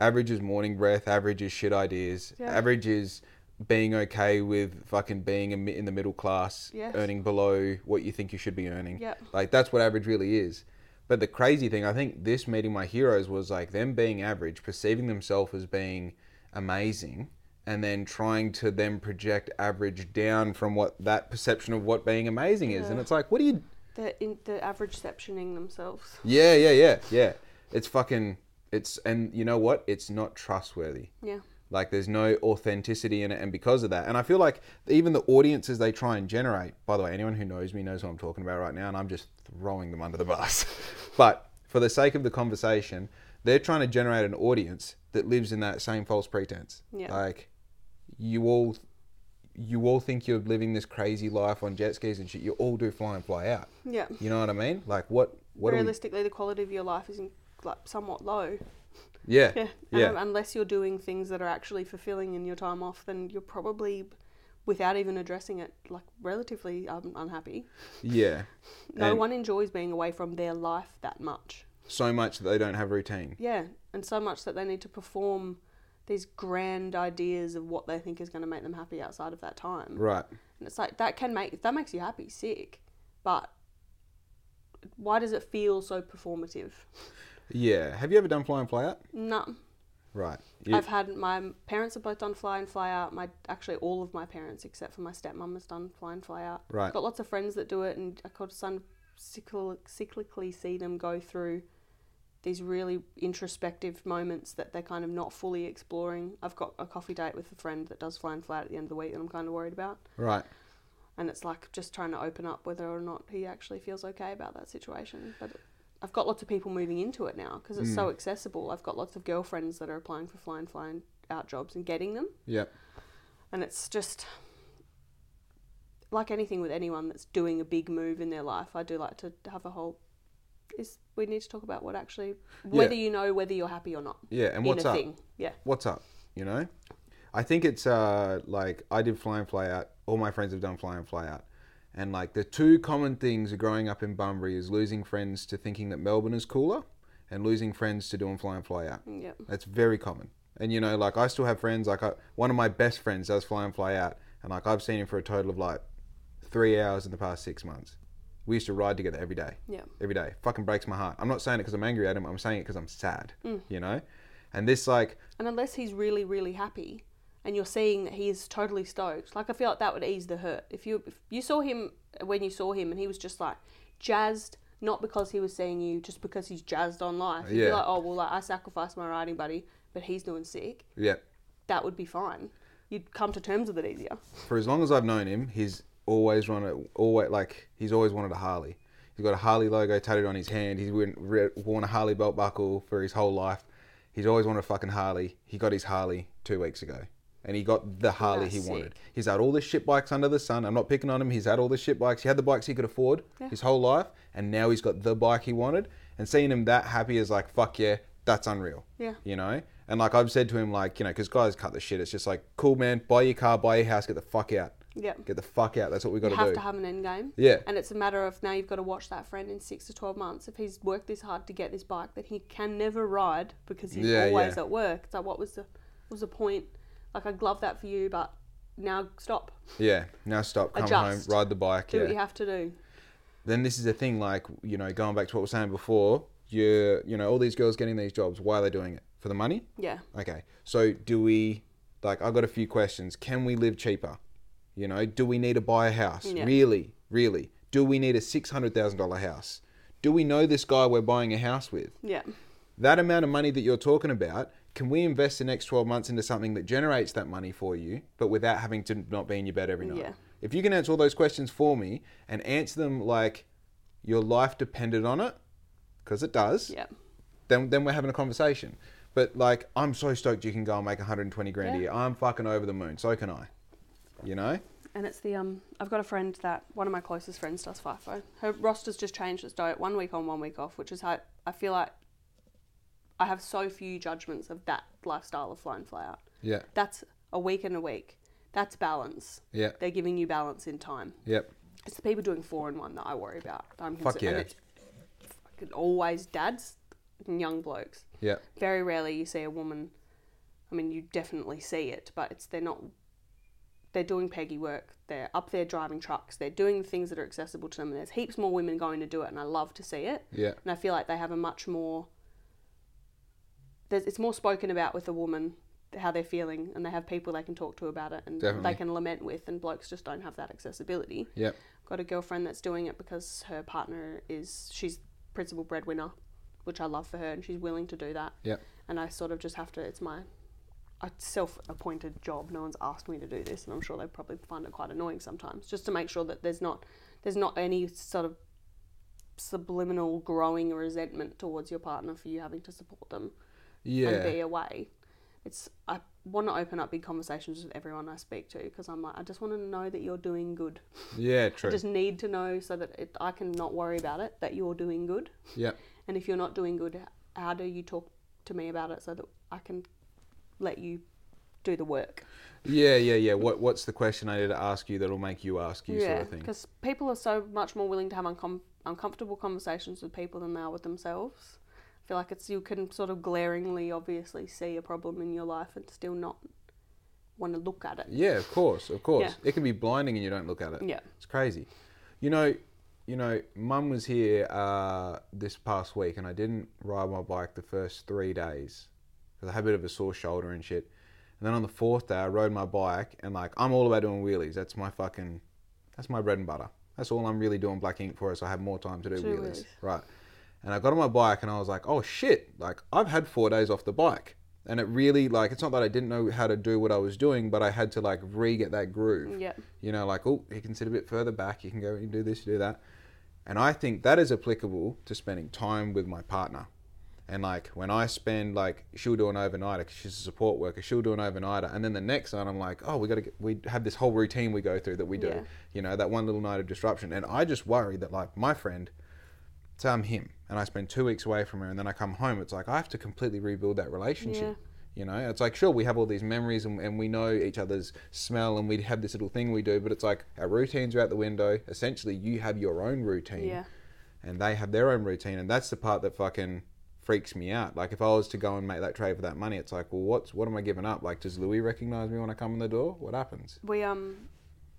average is morning breath. Average is shit ideas.
Yeah.
Average is being okay with fucking being in mi- in the middle class,
Yes.
earning below what you think you should be earning.
Yep.
Like that's what average really is. But the crazy thing, I think this meeting my heroes was like them being average, perceiving themselves as being amazing, and then trying to then project average down from what that perception of what being amazing is. And it's like, what do you
They're, in, they're average sectioning themselves.
Yeah, yeah, yeah, yeah. It's fucking it's and you know what? It's not trustworthy.
Yeah.
Like there's no authenticity in it, and because of that, and I feel like even the audiences they try and generate. By the way, anyone who knows me knows what I'm talking about right now, and I'm just throwing them under the bus. but for the sake of the conversation, they're trying to generate an audience that lives in that same false pretense.
Yeah.
Like you all, you all think you're living this crazy life on jet skis and shit. You all do fly and fly out.
Yeah.
You know what I mean? Like what? What are we?
Realistically, the quality of your life is in, like somewhat low.
Yeah.
Yeah.
Yeah.
Um, unless you're doing things that are actually fulfilling in your time off, then you're probably, without even addressing it, like relatively um, unhappy.
Yeah.
No
And-
one enjoys being away from their life that much.
So much that they don't have routine.
Yeah, and so much that they need to perform these grand ideas of what they think is going to make them happy outside of that time.
Right.
And it's like that can make that makes you happy, sick, but why does it feel so performative?
Yeah. Have you ever done fly and fly out?
No,
Right. You-
I've had my parents have both done fly and fly out. My actually all of my parents except for my stepmom has done fly and fly out.
Right.
Got lots of friends that do it, and I could son cyclically see them go through these really introspective moments that they're kind of not fully exploring. I've got a coffee date with a friend that does flying flat at the end of the week that I'm kind of worried about.
Right.
And it's like just trying to open up whether or not he actually feels okay about that situation. But I've got lots of people moving into it now because it's so
Mm.
accessible. I've got lots of girlfriends that are applying for flying flying out jobs and getting them.
Yep.
And it's just like anything with anyone that's doing a big move in their life, I do like to have a whole is we need to talk about what actually whether you know whether you're happy or not.
Yeah. And what's
in a
up?
thing. Yeah.
What's up? You know, I think it's uh like I did fly and fly out. All my friends have done fly and fly out, and like the two common things growing up in Bunbury is losing friends to thinking that Melbourne is cooler, and losing friends to doing fly and fly out.
Yeah.
That's very common. And you know, like I still have friends. Like I, one of my best friends does fly and fly out, and like I've seen him for a total of like three hours in the past six months. We used to ride together every day.
Yeah.
Every day. Fucking breaks my heart. I'm not saying it because I'm angry at him. I'm saying it because I'm sad. You know. And this like,
And unless he's really, really happy and you're seeing that he is totally stoked, like I feel like that would ease the hurt. If you if you saw him when you saw him and he was just like jazzed, not because he was seeing you, just because he's jazzed on life. You'd be
Yeah.
like, oh well, like, I sacrificed my riding buddy, but he's doing sick.
yeah.
That would be fine. You'd come to terms with it easier.
For as long as I've known him, he's always wanted, always like he's always wanted a Harley. He's got a Harley logo tatted on his hand. He's worn, re- worn a Harley belt buckle for his whole life. He's always wanted a fucking Harley. He got his Harley two weeks ago, and he got the Harley he
That's
wanted. He's had all the shit bikes under the sun. I'm not picking on him. He's had all the shit bikes. He had the bikes he could afford his whole life, and now he's got the bike he wanted. And seeing him that happy is like fuck yeah, that's unreal
Yeah.
you know and like i've said to him like you know because guys cut the shit it's just like cool man buy your car buy your house get the fuck out
Yeah.
get the fuck out that's what we got to
You have
do
to have an end game.
Yeah.
And it's a matter of now you've got to watch that friend in six to 12 months. If he's worked this hard to get this bike that he can never ride because he's
Yeah,
always
yeah.
at work, it's like, what was the, what was the point? Like, I'd love that for you, but now stop.
yeah now stop come
Adjust.
home ride the bike
Do
yeah.
what you have to do.
then this is the thing like you know going back to what we were saying before you you know all these girls getting these jobs why are they doing it for the money
Yeah.
okay so do we like i've got a few questions can we live cheaper you know do we need to buy a house
Yeah.
really really do we need a $600000 house do we know this guy we're buying a house with
Yeah.
that amount of money that you're talking about, can we invest the next 12 months into something that generates that money for you, but without having to not be in your bed every night?
Yeah.
If you can answer all those questions for me and answer them like your life depended on it, because it does,
Yeah.
then, then we're having a conversation. But like, I'm so stoked you can go and make 120 grand
Yeah.
a year. I'm fucking over the moon. So can I. You know?
And it's the, um, I've got a friend that, one of my closest friends does FIFO. Her roster's just changed its diet one week on, one week off, which is how I feel like I have so few judgments of that lifestyle of fly and fly out.
Yeah.
That's a week and a week. That's balance.
Yeah.
They're giving you balance in time.
Yep.
It's the people doing four and one that I worry about. that I'm
Fuck
concerned. And
yeah.
it's fucking always dads and young blokes.
Yep.
Very rarely you see a woman. I mean, you definitely see it, but it's they're not. They're doing Peggy work. They're up there driving trucks. They're doing the things that are accessible to them. And there's heaps more women going to do it, and I love to see it.
Yeah.
And I feel like they have a much more. There's, it's more spoken about with a woman how they're feeling, and they have people they can talk to about it, and
Definitely.
they can lament with. And blokes just don't have that accessibility.
Yep.
Got a girlfriend that's doing it because her partner is she's principal breadwinner, which I love for her, and she's willing to do that.
Yep.
And I sort of just have to. It's my a self-appointed job. No one's asked me to do this, and I'm sure they probably find it quite annoying sometimes, just to make sure that there's not there's not any sort of subliminal growing resentment towards your partner for you having to support them and
Yeah.
be away. It's I want to open up big conversations with everyone I speak to because I'm like I just want to know that you're doing good.
Yeah. True.
I just need to know so that it, I can not worry about it that you're doing good.
Yep.
And if you're not doing good, how do you talk to me about it so that I can let you do the work?
Yeah, yeah, yeah. What What's the question I need to ask you that'll make you ask you sort of thing?
because people are so much more willing to have uncom- uncomfortable conversations with people than they are with themselves. I feel like it's you can sort of glaringly, obviously, see a problem in your life and still not want to look at it.
Yeah, of course, of course.
Yeah.
It can be blinding and you don't look at it.
Yeah.
It's crazy. You know, you know, Mum was here uh, this past week, and I didn't ride my bike the first three days because I had a bit of a sore shoulder and shit. And then on the fourth day, I rode my bike, and like I'm all about doing wheelies. That's my fucking, that's my bread and butter. That's all I'm really doing black ink for. Is I have more time to do
Do
wheelies,
wheelies.
right? And I got on my bike and I was like, oh shit, like I've had four days off the bike. And it really, like, it's not that I didn't know how to do what I was doing, but I had to, like, re get that groove.
Yep.
You know, like, oh, you can sit a bit further back, you can go and do this, you do that. And I think that is applicable to spending time with my partner. And like when I spend like she'll do an overnighter because she's a support worker, she'll do an overnighter, and then the next night I'm like, oh, we got to we have this whole routine we go through that we do,
Yeah.
you know, that one little night of disruption. And I just worry that like my friend, say I'm him, and I spend two weeks away from her, and then I come home, it's like I have to completely rebuild that relationship. You know, it's like sure we have all these memories and, and we know each other's smell and we have this little thing we do, but it's like our routines are out the window. Essentially, you have your own routine
Yeah.
and they have their own routine and that's the part that fucking freaks me out like if i was to go and make that trade for that money it's like well what's what am i giving up like does louis recognize me when i come in the door what happens
we um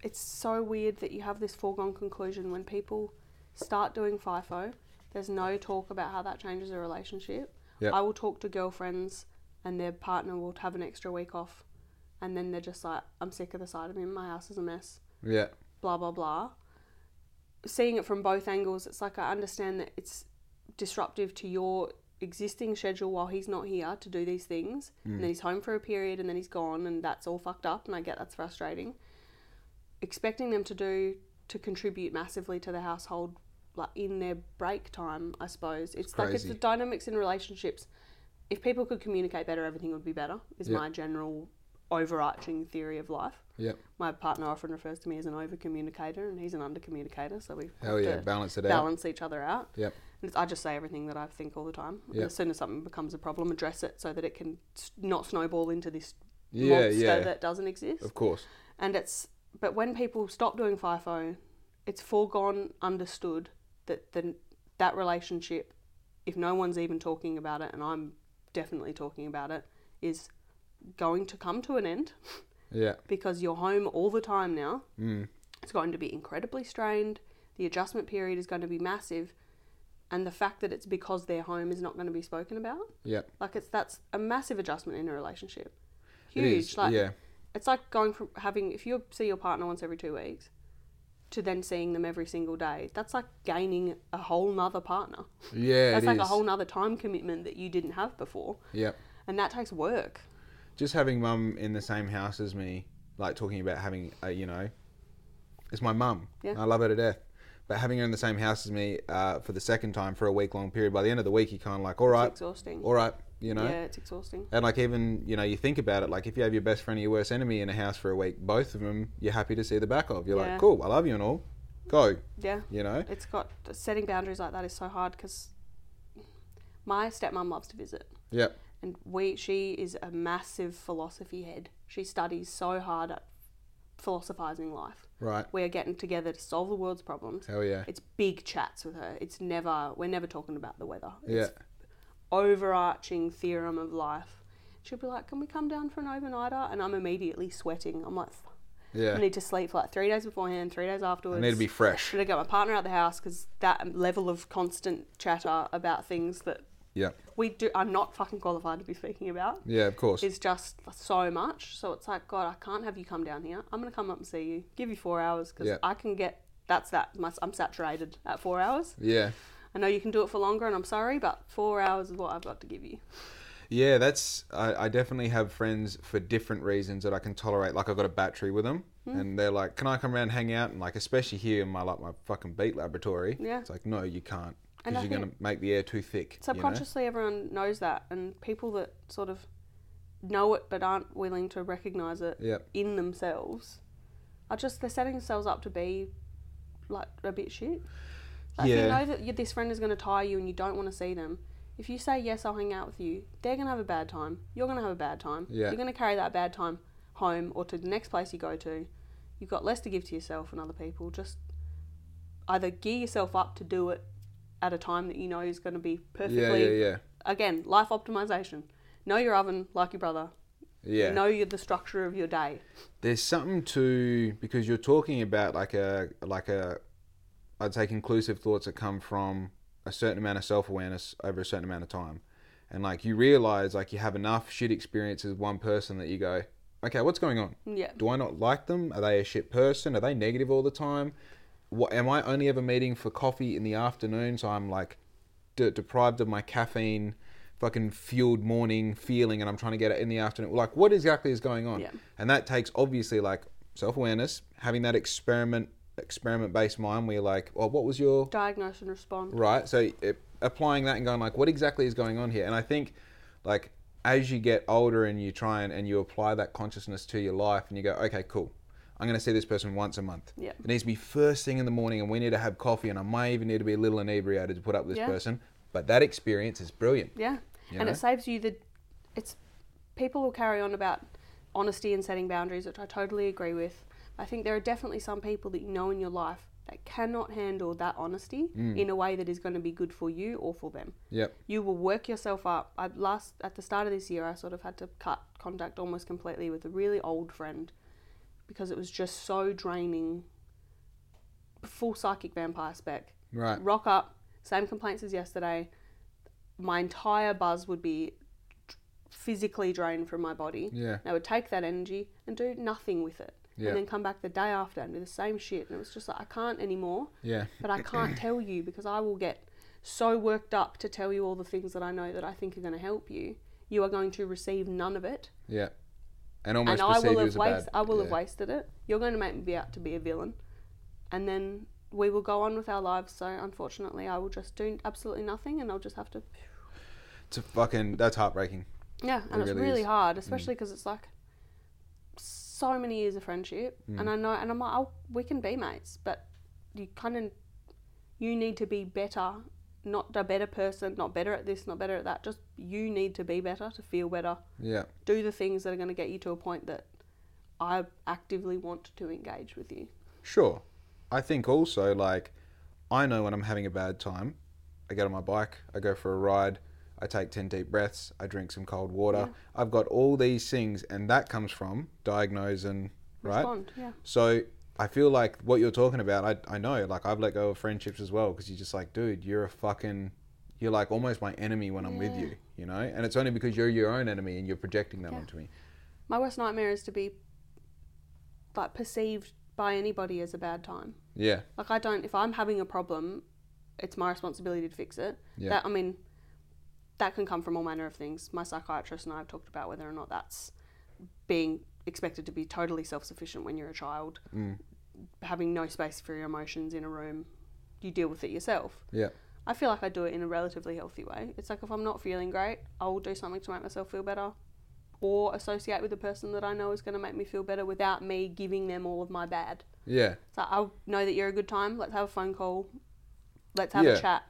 it's so weird that you have this foregone conclusion when people start doing FIFO. There's no talk about how that changes a relationship.
Yep.
I will talk to girlfriends and their partner will have an extra week off and then they're just like, I'm sick of the sight of him, my house is a mess,
yeah
blah blah blah. Seeing it from both angles, it's like I understand that it's disruptive to your existing schedule while he's not here to do these things and
Mm.
then he's home for a period and then he's gone and that's all fucked up and I get that's frustrating expecting them to do to contribute massively to the household like in their break time i suppose it's, like it's
crazy.
the dynamics in relationships if people could communicate better everything would be better is
Yeah.
my general overarching theory of life
yeah
my partner often refers to me as an over communicator and he's an under communicator so we
hell
have
yeah
to
balance it out
balance each other out
yep
and it's, i just say everything that i think all the time And
Yeah.
as soon as something becomes a problem address it so that it can s- not snowball into this
Yeah,
monster
yeah.
that doesn't exist
of course
and it's but when people stop doing FIFO, it's foregone understood that the that relationship, if no one's even talking about it, and I'm definitely talking about it, is going to come to an end
yeah
because you're home all the time now.
mm.
It's going to be incredibly strained. The adjustment period is going to be massive, and the fact that it's because they're home is not going to be spoken about.
yep
Like it's that's a massive adjustment in a relationship. Huge.
it is
Like
yeah
it's like going from having if you see your partner once every two weeks to then seeing them every single day that's like gaining a whole nother partner
yeah
that's
it
like a
is.
whole nother time commitment that you didn't have before
yep
and that takes work
just having mum in the same house as me, like talking about having, a, you know, it's my mum.
Yeah.
I love her to death. But having her in the same house as me uh, for the second time for a week long period, by the end of the week, you're kind of like, all right,
exhausting.
all right, you know.
yeah it's exhausting
And like even you know you think about it like if you have your best friend and your worst enemy in a house for a week both of them you're happy to see the back of you're
Yeah.
like cool I love you and all go
yeah
you know
it's got setting boundaries like that is so hard because my stepmom loves to visit
yep
and we she is a massive philosophy head she studies so hard at philosophizing life
right
we are getting together to solve the world's problems
hell yeah
it's big chats with her. It's never we're never talking about the weather.
yeah
It's overarching theorem of life. She'll be like, "Can we come down for an overnighter?" And I'm immediately sweating. I'm like, "Fuck, "I
yeah
need to sleep for like three days beforehand, three days
I
afterwards."
need to be fresh
Should I get my partner out the house because that level of constant chatter about things that
yeah
we do are not fucking qualified to be speaking about
yeah of course
is just so much. So it's like, God, I can't have you come down here. I'm gonna come up and see you, give you four hours because
Yeah.
I can get. That's that. My, I'm saturated at four hours.
yeah
I know you can do it for longer, and I'm sorry, but four hours is what I've got to give you.
Yeah, that's. I, I definitely have friends for different reasons that I can tolerate. Like I've got a battery with them,
Hmm.
and they're like, "Can I come around and hang out?" And like, especially here in my like my fucking beat laboratory,
Yeah.
it's like, no, you can't,
And I
because you're gonna
think-
make the air too thick. you know?
Subconsciously, everyone knows that, and people that sort of know it but aren't willing to recognize it
Yep.
in themselves are just they're setting themselves up to be like a bit shit. Like, If you
Yeah.
know that you, this friend is going to tire you and you don't want to see them, if you say yes, I'll hang out with you, they're going to have a bad time. You're going to have a bad time.
Yeah.
You're going to carry that bad time home or to the next place you go to. You've got less to give to yourself and other people. Just either gear yourself up to do it at a time that you know is going to be perfectly.
Yeah, yeah, yeah,
Again, life optimization. Know your oven like your brother.
yeah.
Know your, the structure of your day.
There's something to because you're talking about like a like a, I'd say conclusive thoughts that come from a certain amount of self awareness over a certain amount of time, and like you realize like you have enough shit experiences with one person that you go, okay, what's going on?
Yeah.
Do I not like them? Are they a shit person? Are they negative all the time? What am I only ever meeting for coffee in the afternoon? So I'm like de- deprived of my caffeine, fucking fueled morning feeling, and I'm trying to get it in the afternoon. Like, what exactly is going on?
Yeah.
And that takes obviously like self awareness, having that experiment experiment based mind where you're like, well, what was your
Diagnose and respond.
right? So it, applying that and going like, what exactly is going on here? And I think like as you get older and you try and, and you apply that consciousness to your life and you go, okay, cool. I'm going to see this person once a month.
Yeah.
It needs to be first thing in the morning and we need to have coffee and I might even need to be a little inebriated to put up with this
Yeah.
person. But that experience is brilliant.
Yeah.
You
and
know?
it saves you the. It's people will carry on about honesty and setting boundaries, which I totally agree with. I think there are definitely some people that you know in your life that cannot handle that honesty
Mm.
in a way that is going to be good for you or for them.
Yep.
You will work yourself up. I last at the start of this year, I sort of had to cut contact almost completely with a really old friend because it was just so draining. Full psychic vampire spec
Right.
rock up, same complaints as yesterday. My entire buzz would be physically drained from my body.
Yeah.
And I would take that energy and do nothing with it.
Yeah.
And then come back the day after and do the same shit. And it was just like, I can't anymore.
Yeah.
But I can't tell you because I will get so worked up to tell you all the things that I know that I think are going to help you. You are going to receive none of it.
Yeah. And almost
and I
perceive
will
you
have
as a
waste,
bad.
I will
yeah.
have wasted it. You're going to make me be out to be a villain, and then we will go on with our lives. So unfortunately, I will just do absolutely nothing, and I'll just have to.
It's a fucking, that's heartbreaking.
Yeah, and
It
it's
really
really
is. Mm.
hard, especially because it's like so many years of friendship,
Mm.
and I know, and I'm like, oh, we can be mates, but you kind of you need to be better, not a better person, not better at this, not better at that. Just you need to be better to feel better
Yeah.
do the things that are going to get you to a point that I actively want to engage with you.
Sure. I think also, like, I know when I'm having a bad time. I get on my bike, I go for a ride, I take 10 deep breaths, I drink some cold water. I've got all these things, and that comes from diagnose and, right?
Respond, yeah.
So I feel like what you're talking about, I, I know, like, I've let go of friendships as well because you're just like, dude, you're a fucking, you're like almost my enemy when I'm with
Yeah.
you, you know? And it's only because you're your own enemy and you're projecting that
Yeah.
onto me.
My worst nightmare is to be like perceived by anybody as a bad time.
Yeah.
Like I don't if I'm having a problem, it's my responsibility to fix it.
Yeah.
That I mean that can come from all manner of things. My psychiatrist and I have talked about whether or not that's being expected to be totally self-sufficient when you're a child,
Mm.
having no space for your emotions in a room. You deal with it yourself.
Yeah.
I feel like I do it in a relatively healthy way. It's like if I'm not feeling great, I'll do something to make myself feel better or associate with a person that I know is going to make me feel better without me giving them all of my bad.
Yeah.
So I know that you're a good time. Let's have a phone call. Let's have
Yeah.
a chat.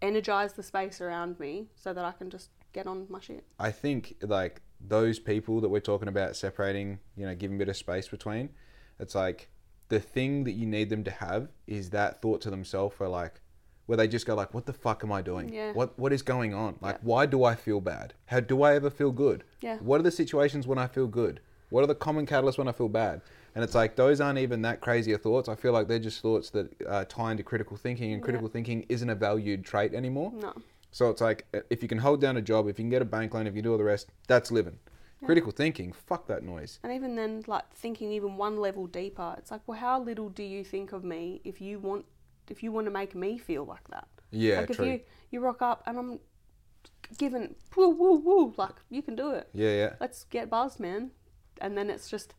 Energize the space around me so that I can just get on with my shit.
I think like those people that we're talking about separating, you know, giving a bit of space between, it's like the thing that you need them to have is that thought to themselves where like where they just go like, What the fuck am I doing?
Yeah.
What what is going on? Like why do I feel bad? How do I ever feel good?
Yeah.
What are the situations when I feel good? What are the common catalysts when I feel bad? And it's like those aren't even that crazy of thoughts. I feel like they're just thoughts that uh, tie into critical thinking, and critical thinking isn't a valued trait anymore.
No.
So it's like uh, if you can hold down a job, if you can get a bank loan, if you do all the rest, that's living. Critical thinking, fuck that noise.
And even then, like thinking even one level deeper, it's like, well, how little do you think of me if you want if you want to make me feel like that?
Yeah,
like
true.
if you you rock up and I'm given woo woo woo, like you can do it.
Yeah, yeah.
Let's get buzzed, man. And then it's just,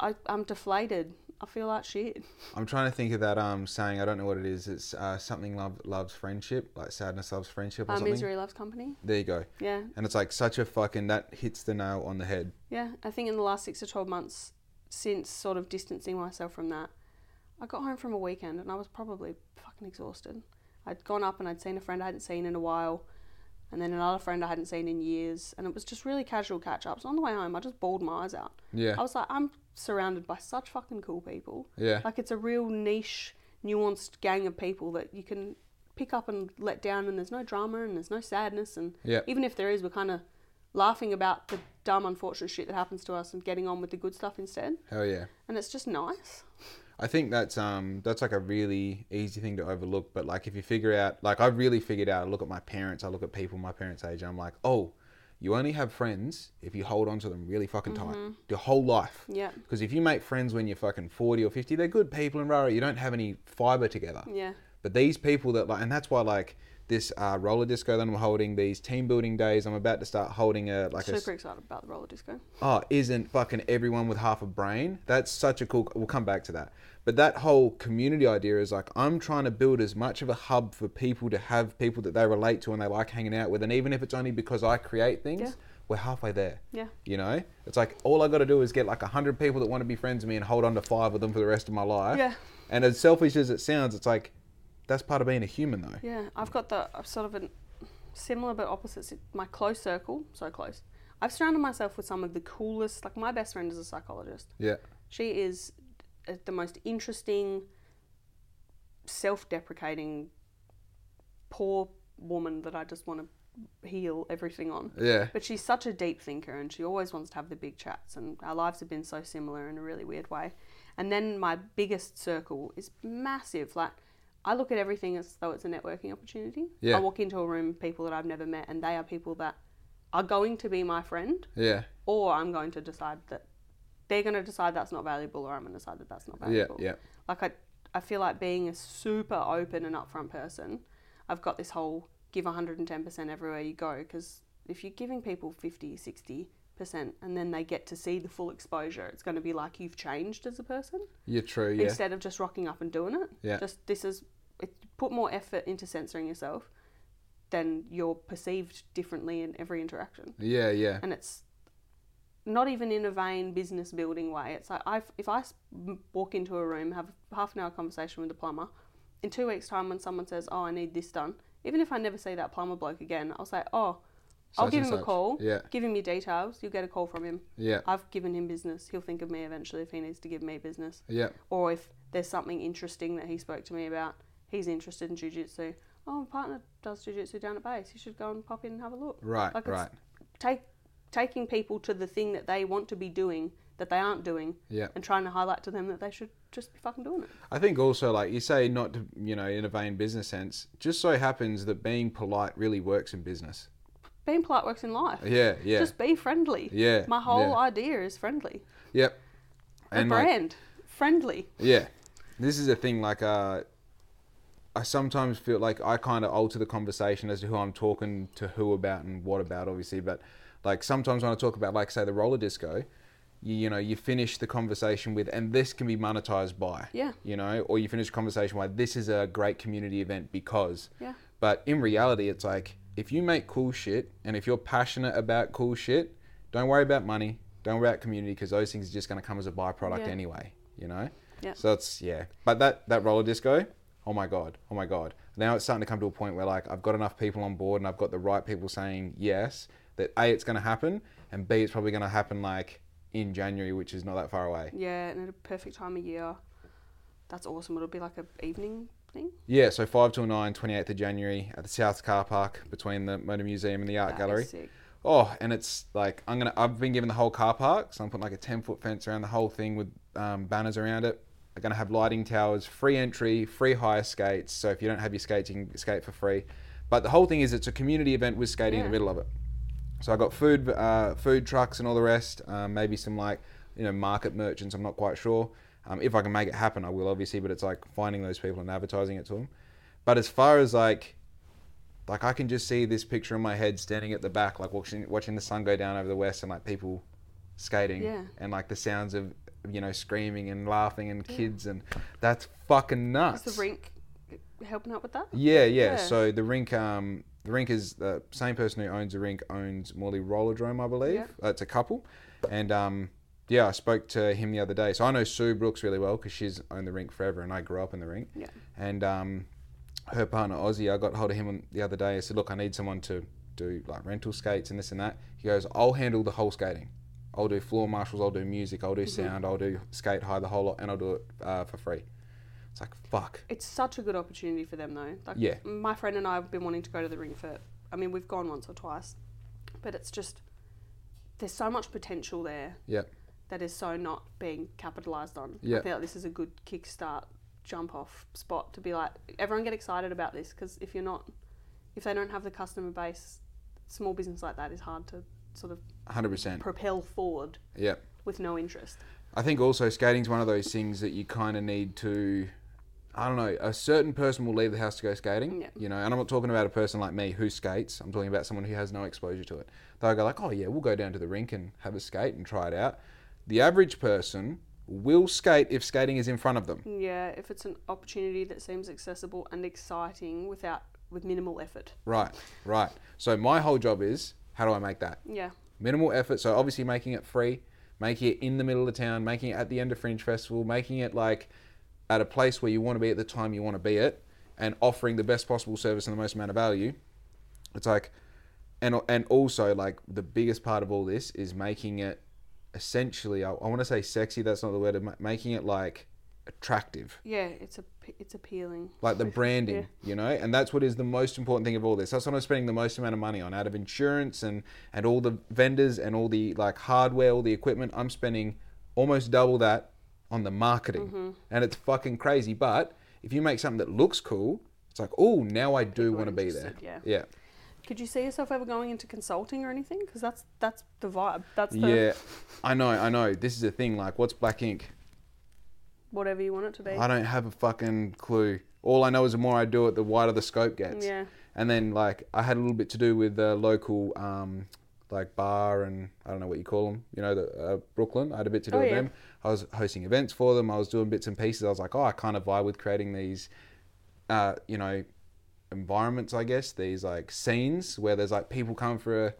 I I'm deflated. I feel like shit.
I'm trying to think of that um saying. I don't know what it is. It's uh, something love loves friendship, like sadness loves friendship or
Our
something.
misery loves company.
There you go.
Yeah,
And it's like such a fucking that hits the nail on the head.
yeah. I think in the last six to twelve months, since sort of distancing myself from that, I got home from a weekend and I was probably fucking exhausted. I'd gone up and I'd seen a friend I hadn't seen in a while, and then another friend I hadn't seen in years, and it was just really casual catch ups. On the way home, I just bawled my eyes out.
Yeah.
I was like, I'm surrounded by such fucking cool people.
Yeah.
Like it's a real niche, nuanced gang of people that you can pick up and let down, and there's no drama and there's no sadness, and
Yeah.
even if there is, we're kind of laughing about the dumb, unfortunate shit that happens to us and getting on with the good stuff instead.
Hell yeah.
And it's just nice.
I think that's um that's like a really easy thing to overlook, but like if you figure out like I've really figured out, I look at my parents, I look at people my parents' age, and I'm like, oh, you only have friends if you hold on to them really fucking tight. Your whole life.
Mm-hmm. Yeah.
Because if you make friends when you're fucking forty or fifty, they're good people and rara, you don't have any fiber together.
Yeah.
But these people that like, and that's why like this uh, roller disco that I'm holding, these team building days, I'm about to start holding a like a s-
Super excited about the roller disco.
oh, isn't fucking everyone with half a brain? That's such a cool. We'll come back to that. But that whole community idea is like, I'm trying to build as much of a hub for people to have people that they relate to and they like hanging out with. And even if it's only because I create things,
Yeah.
we're halfway there.
Yeah.
You know? It's like, all I got to do is get like 100 people that want to be friends with me and hold on to five of them for the rest of my life.
Yeah.
And as selfish as it sounds, it's like, that's part of being a human though.
Yeah, I've got the I've sort of a similar but opposite. si- My close circle, so close. I've surrounded myself with some of the coolest. Like my best friend is a psychologist.
Yeah.
She is uh, the most interesting, self-deprecating, poor woman that I just want to heal everything on.
Yeah.
But she's such a deep thinker and she always wants to have the big chats and our lives have been so similar in a really weird way. And then my biggest circle is massive. Like I look at everything as though it's a networking opportunity.
Yeah.
I walk into a room people that I've never met and they are people that are going to be my friend
Yeah.
or I'm going to decide that they're going to decide that's not valuable or I'm going to decide that that's not
Yeah.
valuable.
Yeah.
Like I, I feel like being a super open and upfront person, I've got this whole give 110% everywhere you go because if you're giving people 50, 60% and then they get to see the full exposure, it's going to be like you've changed as a person
You're true. Yeah.
instead of just rocking up and doing it.
Yeah.
Just this is it, put more effort into censoring yourself then you're perceived differently in every interaction
Yeah. Yeah.
and it's not even in a vain business building way. It's like i if I s- m- walk into a room, have a half an hour conversation with a plumber, in two weeks' time, when someone says, "Oh, I need this done," even if I never see that plumber bloke again, I'll say, "Oh, I'll
Such
give
and
him a
such.
call.
Yeah.
Give him your details. You'll get a call from him.
Yeah.
I've given him business. He'll think of me eventually if he needs to give me business,
Yeah.
or if there's something interesting that he spoke to me about. He's interested in jujitsu. Oh, my partner does jujitsu down at base. You should go and pop in and have a look
Right.
Like it's-
right.
take taking people to the thing that they want to be doing that they aren't doing
Yeah.
and trying to highlight to them that they should just be fucking doing it.
I think also, like you say, not to, you know, in a vain business sense, just so happens that being polite really works in business.
Being polite works in life.
Yeah, yeah,
Just be friendly.
Yeah,
My whole
yeah.
idea is friendly.
yep.
The
And like,
brand. friendly.
yeah, this is a thing. Like, uh, I sometimes feel like I kind of alter the conversation as to who I'm talking to who about and what about, obviously. But like sometimes when I talk about, like, say, the roller disco, you, you know, you finish the conversation with, and this can be monetized by,
Yeah.
you know, or you finish the conversation by, this is a great community event because,
Yeah.
But in reality, it's like if you make cool shit and if you're passionate about cool shit, don't worry about money, don't worry about community because those things are just going to come as a byproduct
Yeah.
anyway, you know?
Yeah.
So it's, yeah. But that, that roller disco, oh my God, oh my God. Now it's starting to come to a point where like I've got enough people on board and I've got the right people saying yes that A, it's going to happen and B, it's probably going to happen like in January, which is not that far away.
Yeah, and at a perfect time of year. That's awesome. It'll be like a evening thing.
Yeah, so 5 till 9, 28th of January at the South Car Park between the Motor Museum and the Art
That is
Gallery.
sick.
Oh, and it's like I'm gonna. I've been given the whole car park, so I'm putting like a ten foot fence around the whole thing with um, banners around it. They're gonna have lighting towers, free entry, free hire skates. So if you don't have your skates, you can skate for free. But the whole thing is, it's a community event with skating in the
Yeah.
middle of it. So I got food, uh, food trucks and all the rest. Um, maybe some like you know market merchants. I'm not quite sure. Um, if I can make it happen, I will obviously. But it's like finding those people and advertising it to them. But as far as like like I can just see this picture in my head standing at the back, like watching watching the sun go down over the west and like people skating
Yeah.
and like the sounds of you know screaming and laughing and kids and that's fucking
Is
nuts.
the rink helping out with that?
Yeah, yeah,
Yeah.
So the rink, um, the rink is the same person who owns the rink owns Morley Rollerdrome, I believe.
Yep.
Uh, it's a couple, and um, yeah, I spoke to him the other day. So I know Sue Brooks really well because she's owned the rink forever, and I grew up in the rink.
Yeah.
And um, her partner Aussie, I got hold of him on- the other day. I said, look, I need someone to do like rental skates and this and that. He goes, I'll handle the whole skating. I'll do floor marshals. I'll do music. I'll do sound. I'll do skate high, the whole lot, and I'll do it uh, for free. It's like fuck.
It's such a good opportunity for them, though. Like,
Yeah.
My friend and I have been wanting to go to the ring for. I mean, we've gone once or twice, but it's just there's so much potential there
Yep.
that is so not being capitalized on.
Yeah.
I feel like this is a good kickstart jump off spot to be like everyone get excited about this because if you're not, if they don't have the customer base, small business like that is hard to sort of
Hundred percent.
propel forward
Yep.
with no interest.
I think also skating's one of those things that you kind of need to I don't know, a certain person will leave the house to go skating.
Yeah.
You know, and I'm not talking about a person like me who skates. I'm talking about someone who has no exposure to it. They'll go like, "Oh yeah, we'll go down to the rink and have a skate and try it out." The average person will skate if skating is in front of them.
Yeah, if it's an opportunity that seems accessible and exciting without with minimal effort.
Right. Right. So my whole job is how do I make that?
Yeah.
minimal effort. So obviously making it free, making it in the middle of town, making it at the end of Fringe Festival, making it like at a place where you want to be at the time you want to be at, and offering the best possible service and the most amount of value. It's like, and and also like the biggest part of all this is making it essentially. I, I want to say sexy. That's not the word. ma- Making it like attractive
Yeah, it's a it's appealing.
like the branding, you know, and that's what is the most important thing of all this. That's what I'm spending the most amount of money on out of insurance and and all the vendors and all the like hardware, all the equipment. I'm spending almost double that on the marketing,
Mm-hmm.
and it's fucking crazy. But if you make something that looks cool, it's like, oh, now I do
People are
want to be there.
interested, yeah.
yeah.
Could you see yourself ever going into consulting or anything? Because that's that's the vibe. That's the
Yeah, I know, I know. This is the thing. Like, what's black ink?
whatever you want it to be.
I don't have a fucking clue. All I know is the more I do it, the wider the scope gets.
Yeah.
And then like I had a little bit to do with the local um, like bar and I don't know what you call them. You know, the, uh, Brooklyn. I had a bit to do
Oh,
with
yeah.
them. I was hosting events for them. I was doing bits and pieces. I was like, oh, I kind of vibe with creating these, uh, you know, environments. I guess these like scenes where there's like people come for a.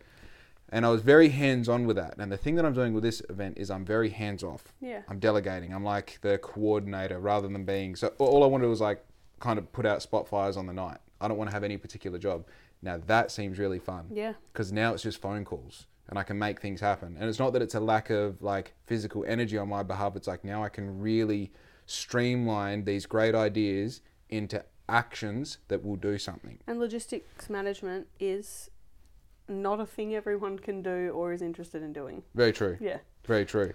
And I was very hands on with that. And the thing that I'm doing with this event is I'm very hands off.
Yeah.
I'm delegating. I'm like the coordinator rather than being. So all I want to do is like kind of put out spot fires on the night. I don't want to have any particular job. Now that seems really fun.
Yeah.
Because now it's just phone calls and I can make things happen. And it's not that it's a lack of like physical energy on my behalf. It's like now I can really streamline these great ideas into actions that will do something.
And logistics management is not a thing everyone can do or is interested in doing.
Very true.
Yeah.
Very true.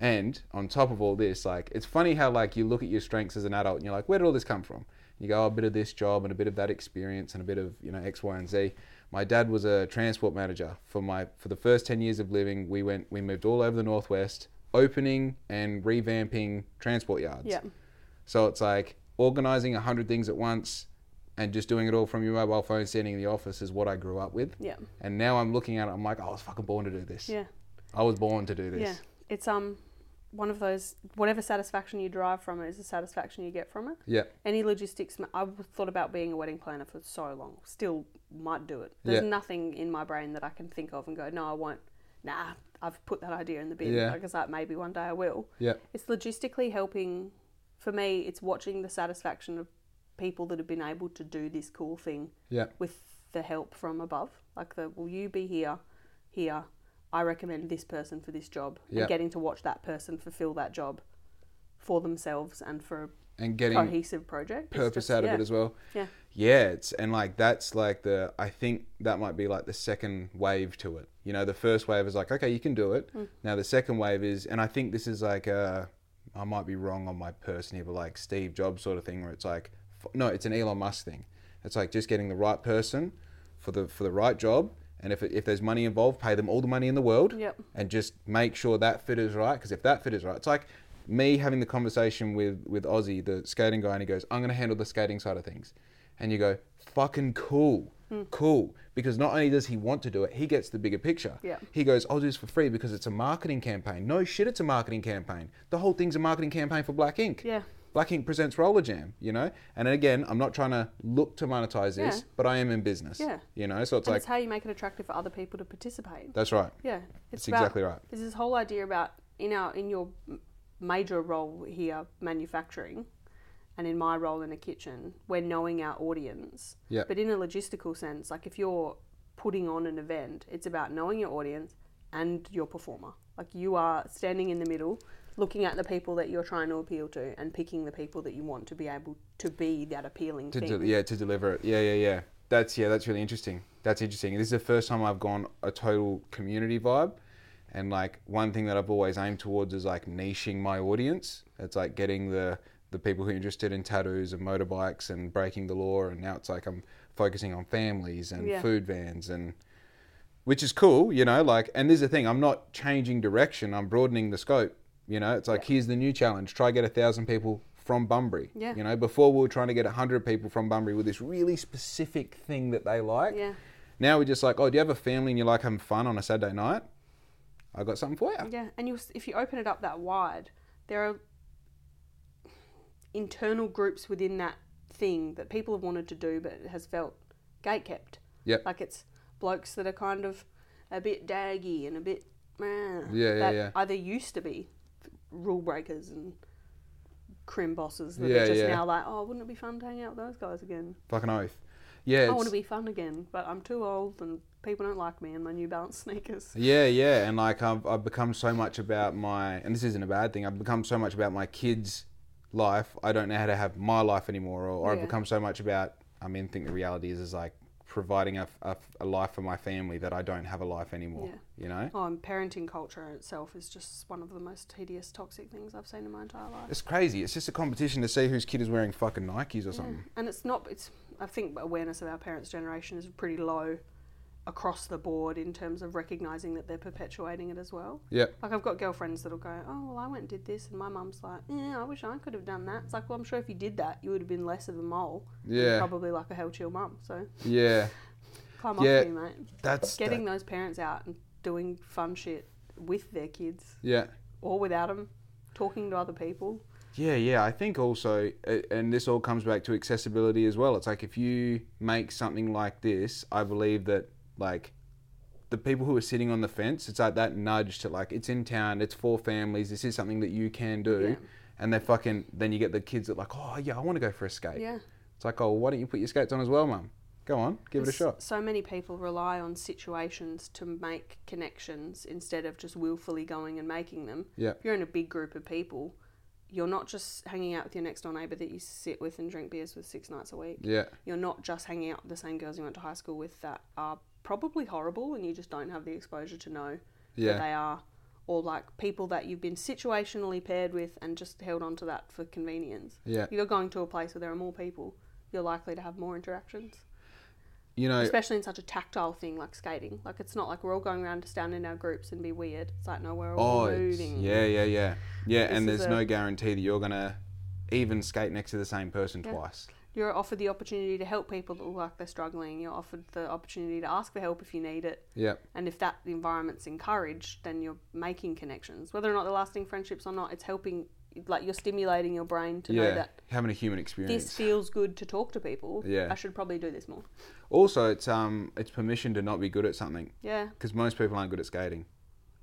And on top of all this, like it's funny how like you look at your strengths as an adult and you're like, where did all this come from? You go, oh, a bit of this job and a bit of that experience and a bit of you know X, Y, and Z. My dad was a transport manager for my for the first ten years of living. We went we moved all over the northwest, opening and revamping transport yards.
Yeah.
So it's like organizing a hundred things at once and just doing it all from your mobile phone, standing in the office is what I grew up with.
Yeah.
And now I'm looking at it, I'm like, I was fucking born to do this.
Yeah.
I was born to do this.
Yeah. It's um one of those whatever satisfaction you derive from it is the satisfaction you get from it.
Yeah.
Any logistics, ma- I've thought about being a wedding planner for so long. Still might do it. There's
Yeah.
nothing in my brain that I can think of and go, no, I won't. Nah, I've put that idea in the bin.
Yeah.
Like I said, maybe one day I will.
Yeah.
It's logistically helping. For me, it's watching the satisfaction of people that have been able to do this cool thing
Yeah.
with the help from above. Like the will you be here, here. I recommend this person for this job.
Yeah.
And getting to watch that person fulfill that job for themselves and for
And
a
getting
cohesive project. It's
purpose
just-
out of
yeah.
it as well.
Yeah.
Yeah, it's and like that's like the I think that might be like the second wave to it. You know, the first wave is like, okay, you can do
Mm.
it. Now the second wave is and I think this is like a I might be wrong on my person here, but like Steve Jobs sort of thing where it's like f- no, it's an Elon Musk thing. It's like just getting the right person for the for the right job and if, it- if there's money involved, pay them all the money in the world
Yep.
and just make sure that fit is right. Because if that fit is right, it's like me having the conversation with with Ozzy, the skating guy, and he goes, "I'm going to handle the skating side of things," and you go, "Fucking cool,
Hmm.
cool." Because not only does he want to do it, he gets the bigger picture.
Yeah.
He goes, "I'll do this for free because it's a marketing campaign." No shit, it's a marketing campaign. The whole thing's a marketing campaign for Black Ink.
Yeah.
Black Ink presents Roller Jam, you know? And again, I'm not trying to look to monetize this,
Yeah.
but I am in business.
Yeah.
You know, so it's
And
like,
it's how you make it attractive for other people to participate.
that's right.
Yeah,
That's
about-
exactly right.
There's this whole idea about in our in your m- major role here, manufacturing, and in my role in the kitchen, we're knowing our audience.
Yeah.
But in a logistical sense, like if you're putting on an event, it's about knowing your audience and your performer. Like you are standing in the middle, looking at the people that you're trying to appeal to, and picking the people that you want to be able to be that appealing
to
thing.
del- yeah to deliver it yeah yeah yeah that's yeah that's really interesting that's interesting this is the first time i've gone a total community vibe and like one thing that i've always aimed towards is like niching my audience it's like getting the the people who are interested in tattoos and motorbikes and breaking the law and now it's like i'm focusing on families and
Yeah.
food vans and which is cool, you know, like, and there's the thing, I'm not changing direction, I'm broadening the scope, you know, it's like, here's the new challenge, try get a thousand people from Bunbury.
Yeah.
You know, before we were trying to get 100 people from Bunbury with this really specific thing that they like.
Yeah.
Now we're just like, oh, do you have a family and you like having fun on a Saturday night? I got something for you.
Yeah, and you will if you open it up that wide, there are internal groups within that thing that people have wanted to do, but it has felt gatekept.
Yep.
like it's blokes that are kind of a bit daggy and a bit meh,
Yeah, yeah,
that
yeah.
either used to be rule breakers and crim bosses that
Yeah,
are just
yeah.
now like, oh, wouldn't it be fun to hang out with those guys again?
Fucking oath. Yeah.
I
it's-
want to be fun again, but I'm too old and people don't like me and my New Balance sneakers.
Yeah, yeah, and like I've I've become so much about my, and this isn't a bad thing. I've become so much about my kids' life. I don't know how to have my life anymore, or, or I've
Yeah.
become so much about. I mean, I think the reality is is like providing a, a, a life for my family that I don't have a life anymore. You know,
Oh, and parenting culture in itself is just one of the most tedious, toxic things I've seen in my entire life.
it's crazy. It's just a competition to see whose kid is wearing fucking Nikes or something.
And it's not. It's I think awareness of our parents' generation is pretty low across the board in terms of recognizing that they're perpetuating it as well.
Yep.
Like I've got girlfriends that'll go, oh well, I went and did this, and my mum's like, yeah, I wish I could have done that. It's like, well, I'm sure if you did that, you would have been less of a mole. and
Yeah.
Probably like a hell chill mum. So
Yeah,
climb
Yeah.
off me, mate.
that's
Getting
that-
those parents out and doing fun shit with their kids
yeah.
or without them, talking to other people.
Yeah, yeah. I think also, a- and this all comes back to accessibility as well. It's like if you make something like this, I believe that like the people who are sitting on the fence, it's like that nudge to like it's in town, it's for families, this is something that you can do,
Yeah.
and they fucking then you get the kids that like, oh yeah, I want to go for a skate.
Yeah.
It's like, oh, why don't you put your skates on as well, mum? Go on, give it a
There's
shot.
So many people rely on situations to make connections instead of just willfully going and making them.
Yeah.
If you're in a big group of people, you're not just hanging out with your next door neighbour that you sit with and drink beers with six nights a week.
Yeah,
You're not just hanging out with the same girls you went to high school with that are probably horrible and you just don't have the exposure to know that
yeah,
they are. Or like people that you've been situationally paired with and just held on to that for convenience.
yeah.
If you're going to a place where there are more people, you're likely to have more interactions
You know,
especially in such a tactile thing like skating. Like it's not like we're all going around to stand in our groups and be weird. It's like no, we're all
Oh, it's-
moving.
yeah, yeah, yeah, yeah.
This
and
is
there's
a-
no guarantee that you're gonna even skate next to the same person
Yeah.
twice.
You're offered the opportunity to help people that look like they're struggling. You're offered the opportunity to ask for help if you need it.
Yeah.
And if that environment's encouraged, then you're making connections. Whether or not they're lasting friendships or not, it's helping. Like you're stimulating your brain to know that
having a human
this
experience.
feels good to talk to people.
Yeah.
I should probably do this more.
also, it's um, it's permission to not be good at something
Yeah.
because most people aren't good at skating.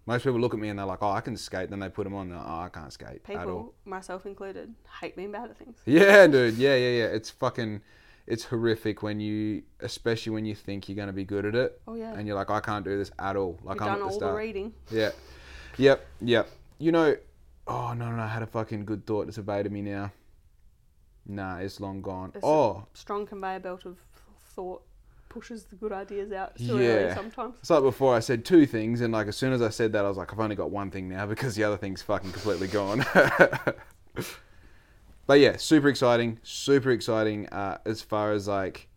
Most people look at me and they're like, "Oh, I can skate." Then they put them on, they're like, "Oh, I can't skate at all."
People, myself included, hate being bad at things.
Yeah, dude. Yeah, yeah, yeah. It's fucking, it's horrific when you, especially when you think you're gonna be good at it,
Oh yeah.
and you're like, "I can't do this at all." Like
You've
I'm
done
at the
all the
start.
reading.
Yeah. Yep. Yep. You know, oh no, no, no, I had a fucking good thought that's evaded me now. Nah, it's long gone.
It's a-
oh,
strong conveyor belt of thought pushes the good ideas out
too
too
early Yeah.
early sometimes.
it's like before I said two things, and like as soon as I said that, I was like, I've only got one thing now because the other thing's fucking completely gone. but yeah, super exciting, super exciting. Uh, as far as like,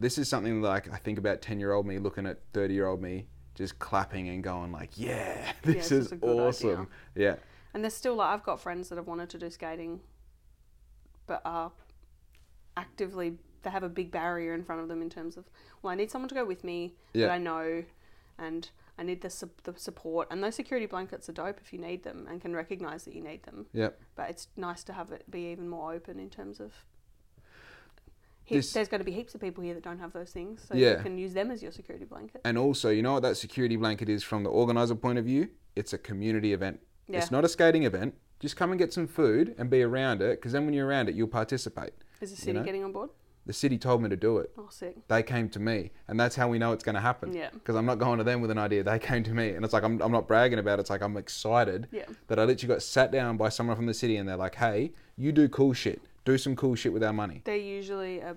this is something like I think about ten year old me looking at thirty year old me, just clapping and going like, yeah, this
this
is,
is a good
awesome. Yeah.
And there's still like I've got friends that have wanted to do skating, but are actively they have a big barrier in front of them in terms of well I need someone to go with me
Yeah.
that I know, and I need the sup- the support and those security blankets are dope if you need them and can recognize that you need them.
Yep.
But it's nice to have it be even more open in terms of. He-
This-
There's going to be heaps of people here that don't have those things, so
Yeah.
you can use them as your security blanket.
And also, you know what that security blanket is from the organizer point of view? It's a community event.
Yeah.
It's not a skating event. Just come and get some food and be around it because then when you're around it, you'll participate.
Is the
you
city
know?
getting on board?
The city told me to do it.
Oh, sick.
They came to me, and that's how we know it's going to happen.
Yeah.
Because I'm not going to them with an idea. They came to me, and it's like I'm, I'm not bragging about it. It's like I'm excited
Yeah.
that I literally got sat down by someone from the city, and they're like, "Hey, you do cool shit. Do some cool shit with our money."
They're usually a,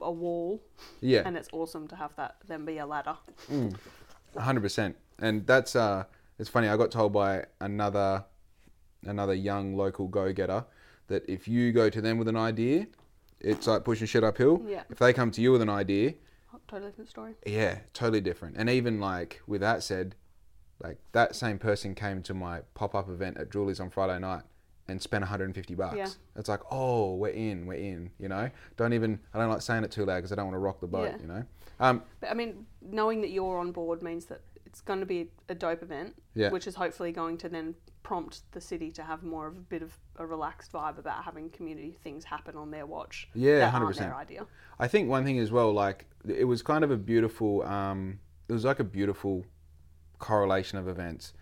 a wall,
Yeah.
and it's awesome to have that them be a ladder.
hundred percent. And that's uh, it's funny. I got told by another, another young local go-getter that if you go to them with an idea, it's like pushing shit uphill.
Yeah.
If they come to you with an idea,
Oh, totally different story.
yeah, totally different. And even like with that said, like that same person came to my pop-up event at Julie's on Friday night, and spent 150 bucks.
Yeah.
It's like, oh, we're in, we're in, you know? Don't even, I don't like saying it too loud because I don't want to rock the boat,
Yeah.
you know? Um,
But I mean, knowing that you're on board means that it's going to be a dope event,
Yeah.
which is hopefully going to then prompt the city to have more of a bit of a relaxed vibe about having community things happen on their watch.
Yeah,
that aren't
100%.
their idea.
I think one thing as well, like it was kind of a beautiful, um, it was like a beautiful correlation of events.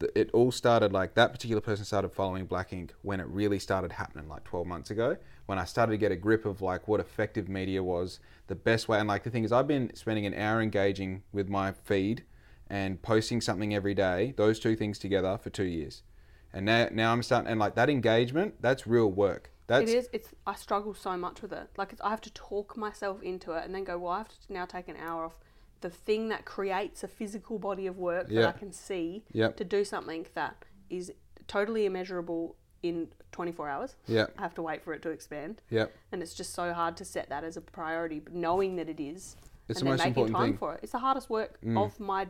Th- It all started like that particular person started following Black Ink when it really started happening, like 12 months ago, when I started to get a grip of like what effective media was, the best way. And like the thing is, I've been spending an hour engaging with my feed and posting something every day, those two things together for two years. And now, now I'm starting, and like that engagement, that's real work. That's
it is. It's. I struggle so much with it. Like it's, I have to talk myself into it, and then go. Well, I have to now take an hour off the thing that creates a physical body of work
Yeah.
that I can see
Yep.
to do something that is totally immeasurable in 24 hours.
Yeah.
I have to wait for it to expand.
Yep.
And it's just so hard to set that as a priority, but knowing that it is,
It's the
and then
most
making
important
time
thing. Mm.
for it. It's the hardest work of my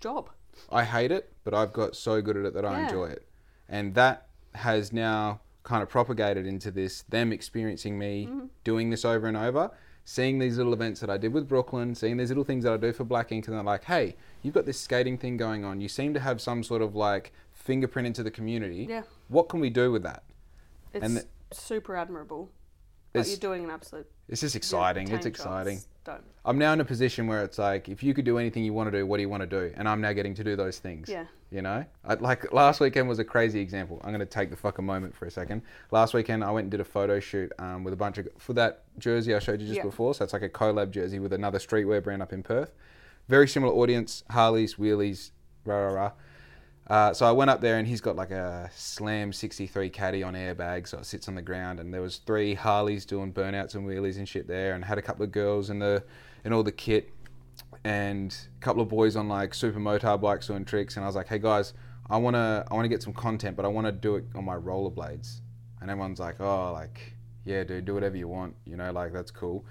job.
I hate it, but I've got so good at it that I
Yeah.
enjoy it. And that has now kind of propagated into this them experiencing me
Mm-hmm.
doing this over and over, seeing these little events that I did with Brooklyn, seeing these little things that I do for Black Ink, and they're like, hey, you've got this skating thing going on. You seem to have some sort of like fingerprint into the community.
Yeah.
What can we do with that?
It's
And
super admirable.
It's-
But you're doing an absolute.
It's just exciting.
tame
It's
job.
exciting.
Don't.
I'm now in a position where it's like, if you could do anything you want to do, what do you want to do? And I'm now getting to do those things.
Yeah.
You know, I, like last weekend was a crazy example. I'm going to take the fucking moment for a second. Last weekend, I went and did a photo shoot um, with a bunch of for that jersey I showed you just
Yeah.
before. So it's like a collab jersey with another streetwear brand up in Perth. Very similar audience: Harleys, wheelies, rah rah rah. Uh, so I went up there and he's got like a Slam 63 caddy on airbag, so it sits on the ground. And there was three Harleys doing burnouts and wheelies and shit there, and had a couple of girls in the in all the kit, and a couple of boys on like super motar bikes doing tricks. And I was like, hey guys, I wanna I wanna get some content, but I wanna do it on my rollerblades. And everyone's like, oh, like yeah, dude, do whatever you want, you know, like that's cool.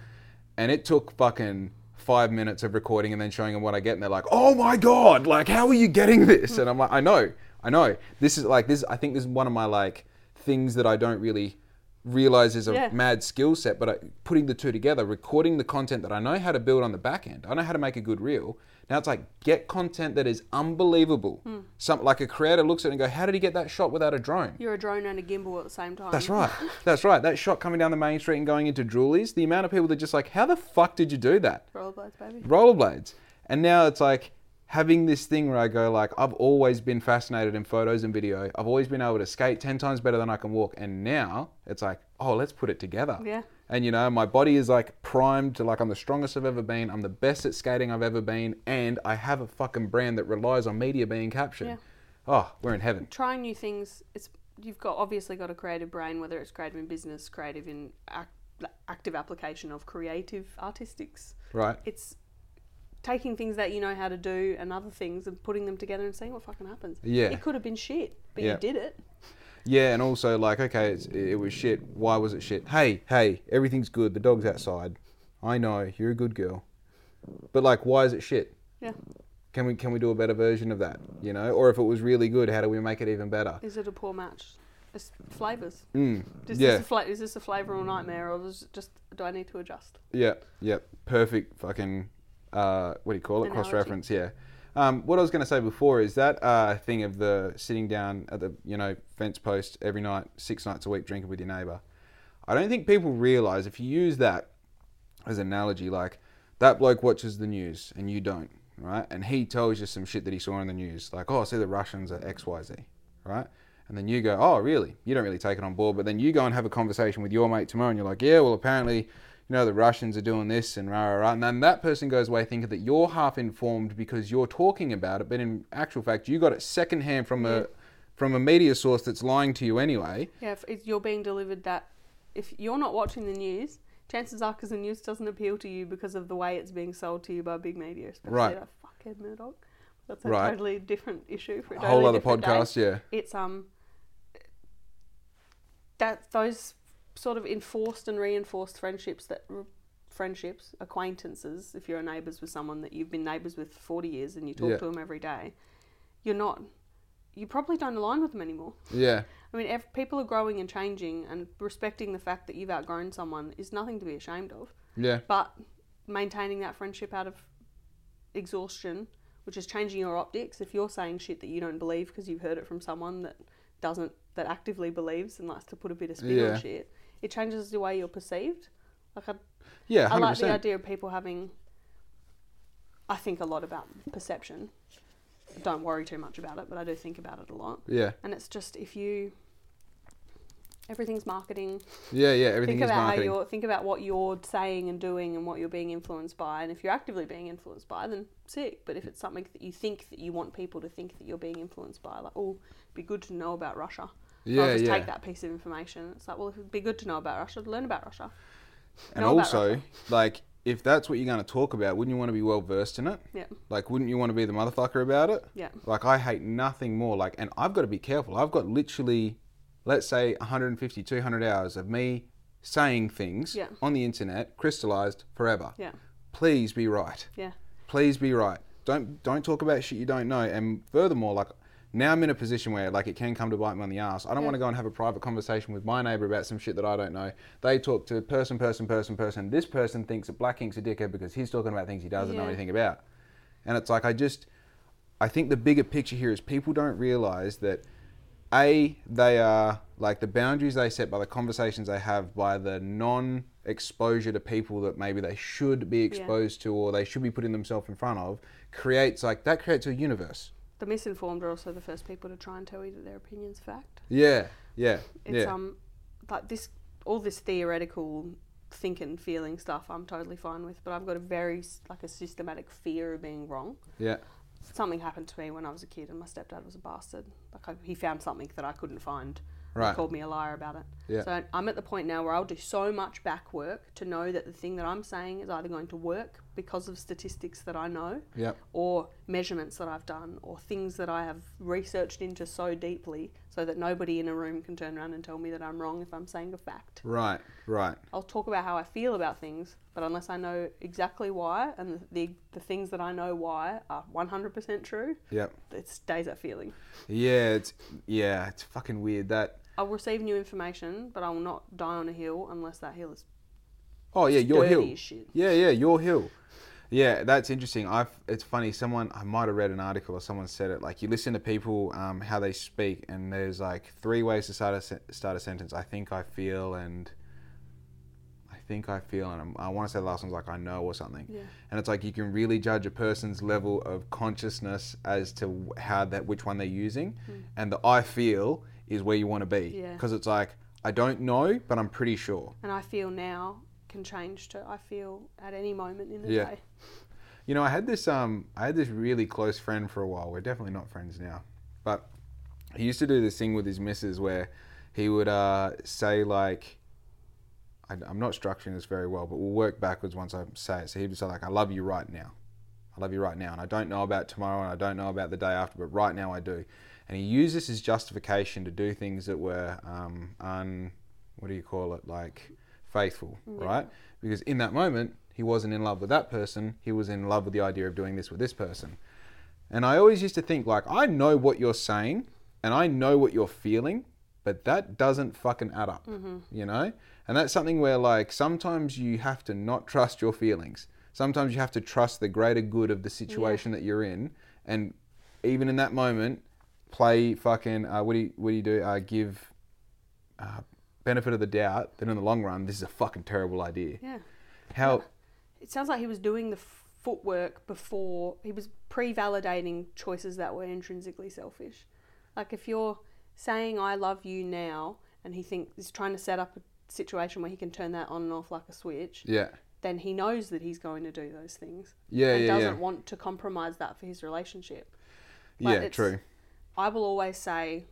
And it took fucking five minutes of recording and then showing them what I get, and they're like, "Oh my god! Like, how are you getting this?" And I'm like, "I know, I know. This is like this. I think this is one of my like things that I don't really realize is a
Yeah.
mad skill set, but I, putting the two together, recording the content that I know how to build on the back end, I know how to make a good reel. Now it's like get content that is unbelievable. Some like a creator looks at it and go, "How did he get that shot without a drone?"
You're a drone and a gimbal at the same time.
That's right. That's right. That shot coming down the main street and going into Julie's, the amount of people that are just like, how the fuck did you do that?
Rollerblades, baby.
rollerblades. And now it's like having this thing where I go like I've always been fascinated in photos and video. I've always been able to skate 10 times better than I can walk and now it's like oh let's put it together.
Yeah.
And you know my body is like primed to like I'm the strongest I've ever been. I'm the best at skating I've ever been and I have a fucking brand that relies on media being captured.
Yeah.
Oh, we're in heaven.
Trying new things. It's you've got obviously got a creative brain, whether it's creative in business, creative in act, active application of creative artistics.
Right.
It's taking things that you know how to do and other things and putting them together and seeing what fucking happens.
Yeah.
It could have been shit, but
Yeah.
you did it.
Yeah, and also like, okay, it's, it was shit. Why was it shit? Hey, hey, everything's good. The dog's outside. I know you're a good girl, but like, why is it shit?
Yeah.
Can we can we do a better version of that? You know, or if it was really good, how do we make it even better?
Is it a poor match? It's flavors.
Mm,
Is,
yeah,
this a fla- is this a flavoural nightmare, or is it just do I need to adjust?
yeah, yeah. Perfect fucking. Uh, what do you call it?
Analogy.
Cross reference. Yeah. Um, what I was going to say before is that uh, thing of the sitting down at the you know fence post every night, six nights a week, drinking with your neighbour. I don't think people realise if you use that as an analogy, like that bloke watches the news and you don't, right? And he tells you some shit that he saw in the news, like, oh, I see the Russians at XYZ, right? And then you go, oh, really? You don't really take it on board. But then you go and have a conversation with your mate tomorrow and you're like, yeah, well, apparently, you know, the Russians are doing this and rah, rah, rah. And then that person goes away thinking that you're half informed because you're talking about it. But in actual fact, you got it secondhand from a. From a media source that's lying to you anyway,
Yeah, if it's, you're being delivered that, if you're not watching the news, chances are because the news doesn't appeal to you because of the way it's being sold to you by big media, especially
Right.
that fuckhead Murdoch. That's a
Right.
totally different issue for a
a
totally
whole other
different day.
podcast, yeah.
It's um that those sort of enforced and reinforced friendships that r friendships acquaintances if you're neighbors with someone that you've been neighbors with for 40 years and you talk
Yeah.
to them every day you're not you probably don't align with them anymore
Yeah,
I mean, ev- people are growing and changing, and respecting the fact that you've outgrown someone is nothing to be ashamed of.
Yeah.
But maintaining that friendship out of exhaustion, which is changing your optics, if you're saying shit that you don't believe because you've heard it from someone that doesn't, that actively believes and likes to put a bit of spin
Yeah.
on shit, it changes the way you're perceived. Like, I,
Yeah, 100%.
I like the idea of people having. I think a lot about perception. Don't worry too much about it, but I do think about it a lot.
Yeah.
And it's just if you. Everything's marketing.
Yeah, yeah, everything
Think
is
about
marketing.
how you're think about what you're saying and doing and what you're being influenced by. And if you're actively being influenced by, then sick. But if it's something that you think that you want people to think that you're being influenced by, like oh, be good to know about Russia.
Yeah,
I'll just
yeah.
take that piece of information. It's like well, if it'd be good to know about Russia, learn about Russia.
and
know about
also,
Russia.
like, if that's what you're going to talk about, wouldn't you want to be well versed in it?
Yeah,
Like, wouldn't you want to be the motherfucker about it?
Yeah.
Like, I hate nothing more. Like, and I've got to be careful. I've got literally, let's say, 150, 200 hours of me saying things
Yeah.
on the internet crystallized forever.
yeah,
Please be right.
yeah.
please be right. Don't don't talk about shit you don't know. And furthermore, like now I'm in a position where like it can come to bite me on the ass. I don't
Yeah.
want to go and have a private conversation with my neighbour about some shit that I don't know. They talk to person, person, person, person. This person thinks that Black Ink's a dickhead because he's talking about things he doesn't know
Yeah.
anything about. And it's like I just I think the bigger picture here is people don't realise that a they are like the boundaries they set by the conversations they have by the non exposure to people that maybe they should be exposed to or they should be putting themselves in front of creates like that creates a universe.
The misinformed are also the first people to try and tell you that their opinion's fact.
Yeah, yeah,
It's
yeah,
um like this all this theoretical thinking, feeling stuff I'm totally fine with, but I've got a very s- like a systematic fear of being wrong.
yeah,
Something happened to me when I was a kid and my stepdad was a bastard. Like I, he found something that I couldn't find.
Right.
He called me a liar about it.
Yeah.
So I'm at the point now where I'll do so much back work to know that the thing that I'm saying is either going to work because of statistics that I know
yeah,
or measurements that I've done, or things that I have researched into so deeply, so that nobody in a room can turn around and tell me that I'm wrong if I'm saying a fact.
right, right,
I'll talk about how I feel about things, but unless I know exactly why, and the, the, the things that I know why are 100% true,
yeah,
it stays that feeling.
yeah. It's yeah, it's fucking weird that.
I'll receive new information, but I will not die on a hill unless that hill is
Oh yeah, your
dirty
hill.
as shit.
Yeah, yeah, your hill. Yeah, that's interesting. I've it's funny. Someone I might have read an article or someone said it. Like you listen to people um, how they speak, and there's like three ways to start a sen- start a sentence. I think I feel and. I think I feel, and I'm, I want to say the last one's like I know or something,
Yeah.
and it's like you can really judge a person's level of consciousness as to how that which one they're using, and the I feel is where you want to be
Hmm. Yeah.
because it's like I don't know, but I'm pretty sure.
And I feel now can change to I feel at any moment in the
Yeah.
day.
You know, I had this um, I had this really close friend for a while. We're definitely not friends now, but he used to do this thing with his missus where he would uh, say like, I, I'm not structuring this very well, but we'll work backwards once I say it. So he'd say like, I love you right now, I love you right now, and I don't know about tomorrow, and I don't know about the day after, but right now I do. And he used this as justification to do things that were um, un, what do you call it, like faithful, right? Because in that moment he wasn't in love with that person, he was in love with the idea of doing this with this person. And I always used to think like I know what you're saying and I know what you're feeling, but that doesn't fucking add up. You know? And that's something where like sometimes you have to not trust your feelings. Sometimes you have to trust the greater good of the situation that you're in and even in that moment play fucking uh, what do you what do you do uh, give uh, benefit of the doubt that in the long run this is a fucking terrible idea.
Yeah.
How
it sounds like he was doing the f- footwork before he was pre-validating choices that were intrinsically selfish like if you're saying i love you now and he thinks he's trying to set up a situation where he can turn that on and off like a switch
yeah.
then he knows that he's going to do those things
Yeah,
and
yeah, yeah.
doesn't want to compromise that for his relationship Like,
Yeah,
it's-
true.
I will always say,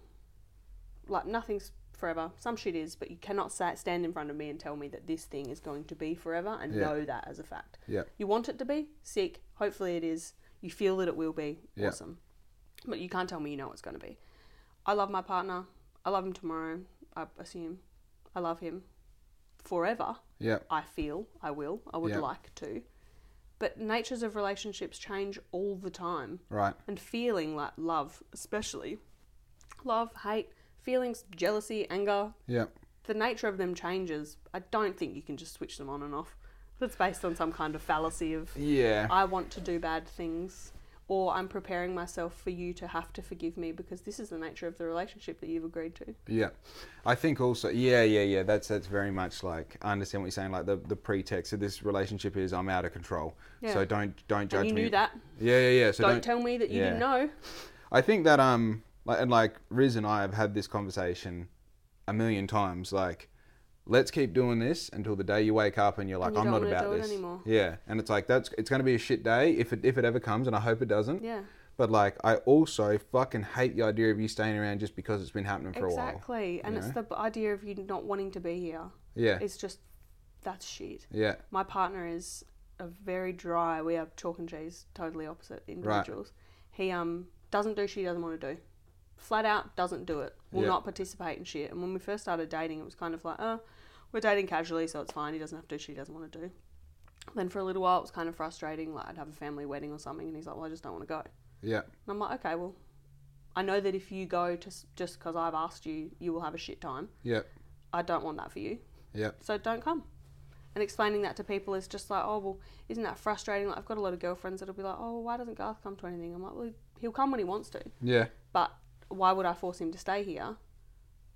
like, nothing's forever. Some shit is, but you cannot sa stand in front of me and tell me that this thing is going to be forever and
Yeah.
know that as a fact.
Yeah.
You want it to be? Sick. Hopefully it is. You feel that it will be.
Yeah.
Awesome. But you can't tell me you know it's going to be. I love my partner. I love him tomorrow, I assume. I love him forever.
Yeah.
I feel, I will, I would
Yeah.
like to. But natures of relationships change all the time
Right.
and feeling like love, especially love, hate, feelings, jealousy, anger,
Yeah.
the nature of them changes. I don't think you can just switch them on and off. That's based on some kind of fallacy of
Yeah.
I want to do bad things or I'm preparing myself for you to have to forgive me because this is the nature of the relationship that you've agreed to.
Yeah, I think also. Yeah, yeah, yeah. That's that's very much like I understand what you're saying. Like the, the pretext of this relationship is I'm out of control.
Yeah.
So don't don't judge
And you
me.
knew that.
Yeah, yeah, yeah. So
don't,
don't.
tell me that you
yeah.
didn't know.
I think that um like and like Riz and I have had this conversation a million times. Like, let's keep doing this until the day you wake up and you're like,
And you
I'm
don't
not
wanna
about
do it
this
anymore.
Yeah, and it's like that's it's gonna be a shit day if it if it ever comes, and I hope it doesn't.
Yeah.
But like, I also fucking hate the idea of you staying around just because it's been happening for a while.
Exactly. And
you
it's the b- idea of you not wanting to be here.
Yeah.
It's just, that's shit.
yeah.
My partner is a very dry, we are chalk and cheese, totally opposite individuals. He um doesn't do shit he doesn't want to do. Flat out doesn't do it. Will
Yeah.
not participate in shit. And when we first started dating, it was kind of like, oh, we're dating casually, so it's fine. He doesn't have to do shit he doesn't want to do. Then for a little while, it was kind of frustrating. Like I'd have a family wedding or something, and he's like, well, I just don't want to go.
Yeah.
And I'm like, okay, well, I know that if you go to s- just because I've asked you, you will have a shit time.
Yeah.
I don't want that for you,
Yeah.
so don't come. And explaining that to people is just like, oh well, isn't that frustrating? Like I've got a lot of girlfriends that'll be like, oh, why doesn't Garth come to anything? I'm like, well, he'll come when he wants to,
Yeah.
but why would I force him to stay here?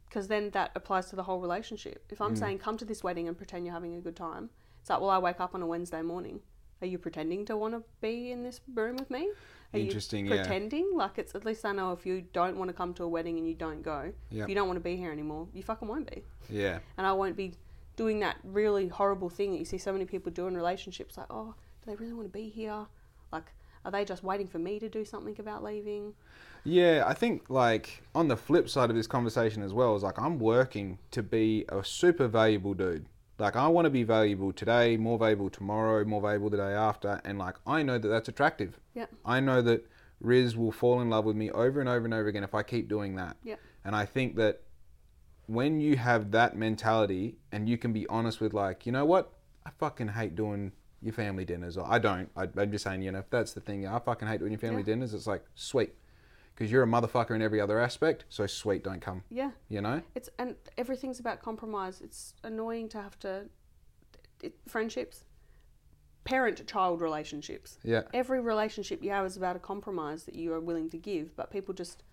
Because then that applies to the whole relationship. If
Mm.
I'm saying come to this wedding and pretend you're having a good time, it's like, well, I wake up on a Wednesday morning. Are you pretending to want to be in this room with me? Are you
Interesting, yeah.
pretending? Like it's at least I know if you don't want to come to a wedding and you don't go,
Yep.
if you don't want to be here anymore, you fucking won't be.
Yeah.
And I won't be doing that really horrible thing that you see so many people do in relationships. Like, oh, do they really want to be here? Like, are they just waiting for me to do something about leaving?
Yeah, I think like on the flip side of this conversation as well is like I'm working to be a super valuable dude. Like I want to be valuable today, more valuable tomorrow, more valuable the day after, and like I know that that's attractive.
Yep.
I know that Riz will fall in love with me over and over and over again if I keep doing that.
Yep.
And I think that when you have that mentality and you can be honest with like, you know what, I fucking hate doing your family dinners. Or I don't. I, I'm just saying, you know, if that's the thing, I fucking hate doing your family
Yeah.
dinners. It's like sweet, because you're a motherfucker in every other aspect. So sweet, don't come.
Yeah.
You know.
It's and everything's about compromise. It's annoying to have to it, friendships, parent-child relationships.
Yeah.
Every relationship you have is about a compromise that you are willing to give, but people just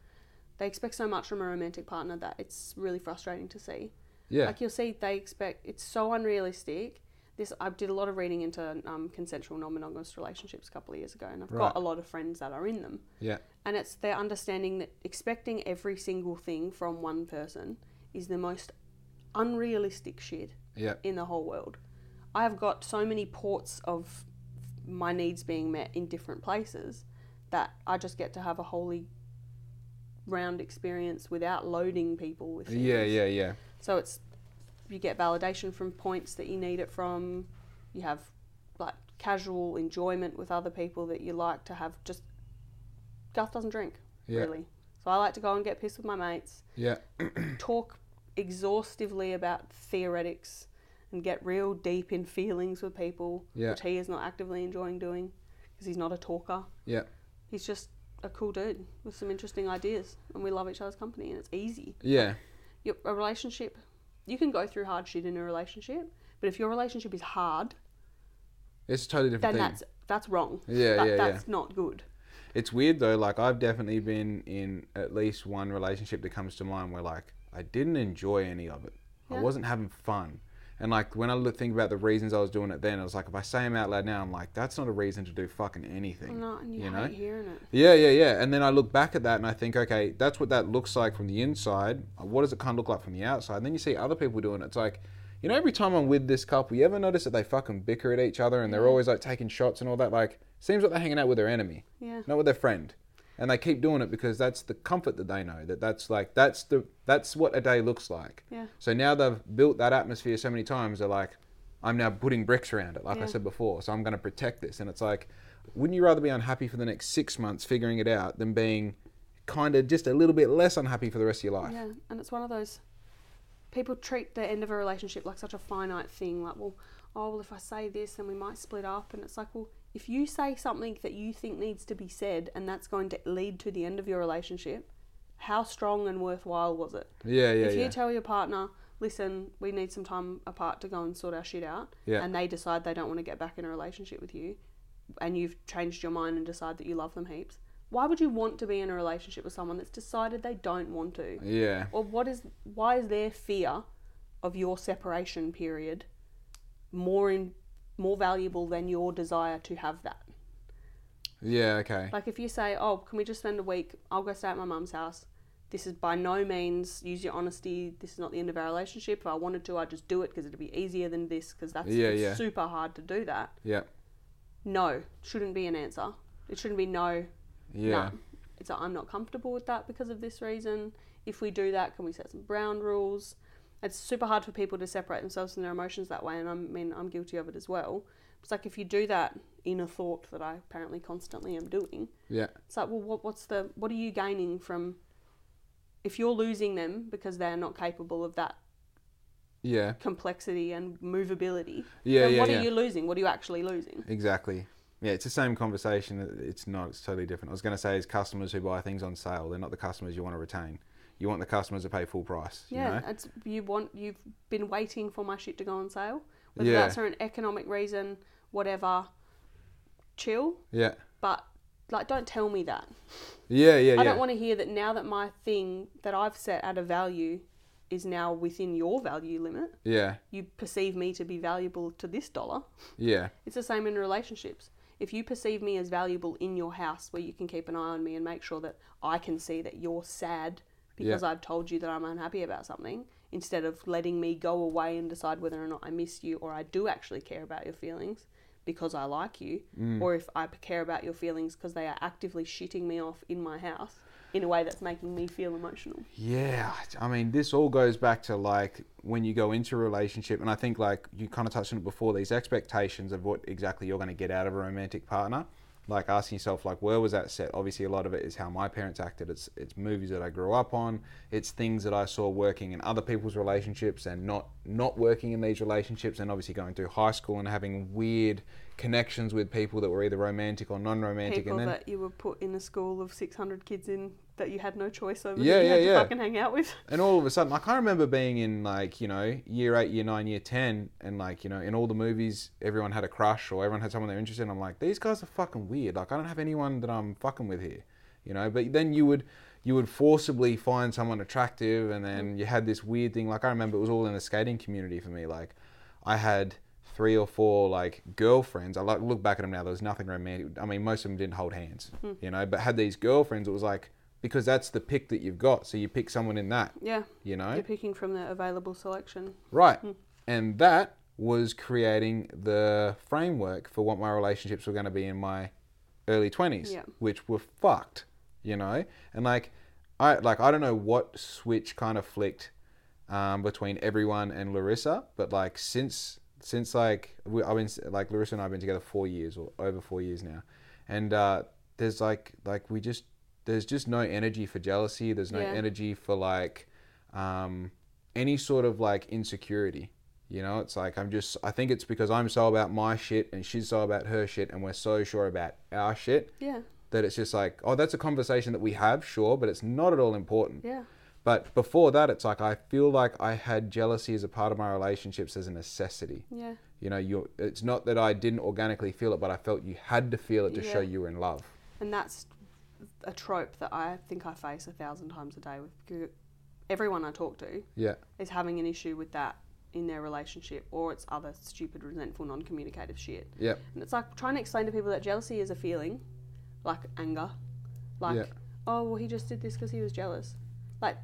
they expect so much from a romantic partner that it's really frustrating to see.
Yeah.
Like you'll see, they expect it's so unrealistic. This I did a lot of reading into um, consensual non-monogamous relationships a couple of years ago, and I've
Right.
got a lot of friends that are in them.
yeah.
And it's their understanding that expecting every single thing from one person is the most unrealistic shit
Yeah.
in the whole world. I have got so many ports of my needs being met in different places that I just get to have a wholly round experience without loading people with things.
Yeah. Yeah. Yeah.
So it's you get validation from points that you need it from. You have like casual enjoyment with other people that you like to have. Just Garth doesn't drink
Yeah.
really, so I like to go and get pissed with my mates,
Yeah.
talk exhaustively about theoretics, and get real deep in feelings with people,
Yeah.
which he is not actively enjoying doing because he's not a talker.
Yeah.
He's just a cool dude with some interesting ideas, and we love each other's company, and it's easy
Yeah.
your, a relationship you can go through hard shit in a relationship but if your relationship is hard
It's a totally different
then
thing.
that's that's wrong
Yeah,
that,
yeah, yeah.
that's not good
It's weird though. Like I've definitely been in at least one relationship that comes to mind where like I didn't enjoy any of it. I
Yeah.
wasn't having fun. And like when I look, think about the reasons I was doing it then, I was like, if I say them out loud now, I'm like, that's not a reason to do fucking anything.
no, and you,
You
hate
know?
hearing it
Yeah, yeah, yeah. And then I look back at that and I think, okay, that's what that looks like from the inside. Uh, What does it kind of look like from the outside? And then you see other people doing it. It's like, you know, every time I'm with this couple, you ever notice that they fucking bicker at each other and they're always like taking shots and all that? Like, seems like they're hanging out with their enemy,
Yeah.
not with their friend. And they keep doing it because that's the comfort that they know that that's like that's the that's what a day looks like.
Yeah.
So now they've built that atmosphere so many times. They're like, I'm now putting bricks around it, like I
Yeah.
said before. So I'm going to protect this. And it's like, wouldn't you rather be unhappy for the next six months figuring it out than being kind of just a little bit less unhappy for the rest of your life?
yeah and it's one of those people treat the end of a relationship like such a finite thing like well oh well if i say this then we might split up and it's like well if you say something that you think needs to be said and that's going to lead to the end of your relationship how strong and worthwhile was it?
Yeah, yeah,
if you
yeah.
tell your partner, listen, we need some time apart to go and sort our shit out,
Yeah.
and they decide they don't want to get back in a relationship with you, and you've changed your mind and decide that you love them heaps, why would you want to be in a relationship with someone that's decided they don't want to?
yeah.
Or what is why is their fear of your separation period more in more valuable than your desire to have that?
Yeah, okay.
Like if you say, "Oh, can we just spend a week? I'll go stay at my mum's house." This is by no means use your honesty. This is not the end of our relationship. If I wanted to, I'd just do it because it'd be easier than this. Because that's
Yeah,
it's
yeah.
super hard to do that.
Yeah.
No, shouldn't be an answer. It shouldn't be no.
Yeah.
nah. It's like I'm not comfortable with that because of this reason. If we do that, can we set some ground rules? It's super hard for people to separate themselves from their emotions that way, and I mean I'm guilty of it as well. It's like if you do that inner thought that I apparently constantly am doing,
Yeah.
it's like, well, what, what's the, what are you gaining from, if you're losing them because they're not capable of that
Yeah.
complexity and movability,
Yeah,
then
yeah,
what
yeah.
are you losing? What are you actually losing?
Exactly. Yeah, it's the same conversation. It's not. It's totally different. I was going to say, is customers who buy things on sale, they're not the customers you want to retain. You want the customers to pay full price.
Yeah,
You know?
it's, you want, you've been waiting for my shit to go on sale, whether
Yeah.
that's for an economic reason, whatever, chill,
Yeah.
but like, don't tell me that.
Yeah. Yeah. Yeah.
I don't want to hear that now that my thing that I've set at a value is now within your value limit,
yeah.
you perceive me to be valuable to this dollar.
Yeah.
It's the same in relationships. If you perceive me as valuable in your house where you can keep an eye on me and make sure that I can see that you're sad because I've told you that I'm unhappy about something, instead of letting me go away and decide whether or not I miss you or I do actually care about your feelings because I like you,
Mm.
or if I care about your feelings because they are actively shitting me off in my house in a way that's making me feel emotional.
Yeah, I mean, this all goes back to like when you go into a relationship, and I think like you kind of touched on it before these expectations of what exactly you're going to get out of a romantic partner. Like asking yourself, like, where was that set? Obviously, a lot of it is how my parents acted. It's it's movies that I grew up on. It's things that I saw working in other people's relationships and not not working in these relationships. And obviously, going through high school and having weird connections with people that were either romantic or non-romantic.
People
and then
that you were put in a school of 600 kids in that you had no choice over,
Yeah,
that you had
yeah,
to
yeah.
fucking hang out with.
And all of a sudden, like I remember being in like you know year eight, year nine, year ten, and like you know in all the movies, everyone had a crush or everyone had someone they're interested in. I'm like, these guys are fucking weird. Like I don't have anyone that I'm fucking with here, you know. But then you would you would forcibly find someone attractive, and then you had this weird thing. Like I remember it was all in the skating community for me. Like I had three or four like girlfriends. I like look back at them now. There was nothing romantic. I mean, most of them didn't hold hands, you know. But had these girlfriends. It was like because that's the pick that you've got. So you pick someone in that,
Yeah.
you know,
You're picking from the available selection.
right? And that was creating the framework for what my relationships were going to be in my early twenties,
Yeah.
which were fucked, you know. And like, I like I don't know what switch kind of flicked um, between everyone and Larissa, but like since since like we, I've been like Larissa and I've been together four years or over four years now, and uh, there's like like we just there's just no energy for jealousy. There's no
Yeah.
energy for like um, any sort of like insecurity. You know, it's like I'm just. I think it's because I'm so about my shit and she's so about her shit, and we're so sure about our shit
Yeah.
that it's just like, oh, that's a conversation that we have, sure, but it's not at all important.
Yeah.
But before that, it's like I feel like I had jealousy as a part of my relationships as a necessity.
Yeah.
You know, you it's not that I didn't organically feel it, but I felt you had to feel it to
Yeah.
show you were in love.
And that's a trope that I think I face a thousand times a day with g- everyone I talk to
Yeah.
is having an issue with that in their relationship or it's other stupid, resentful, non communicative shit.
Yeah.
And it's like trying to explain to people that jealousy is a feeling, like anger. Like,
Yeah.
oh, well, he just did this because he was jealous. Like,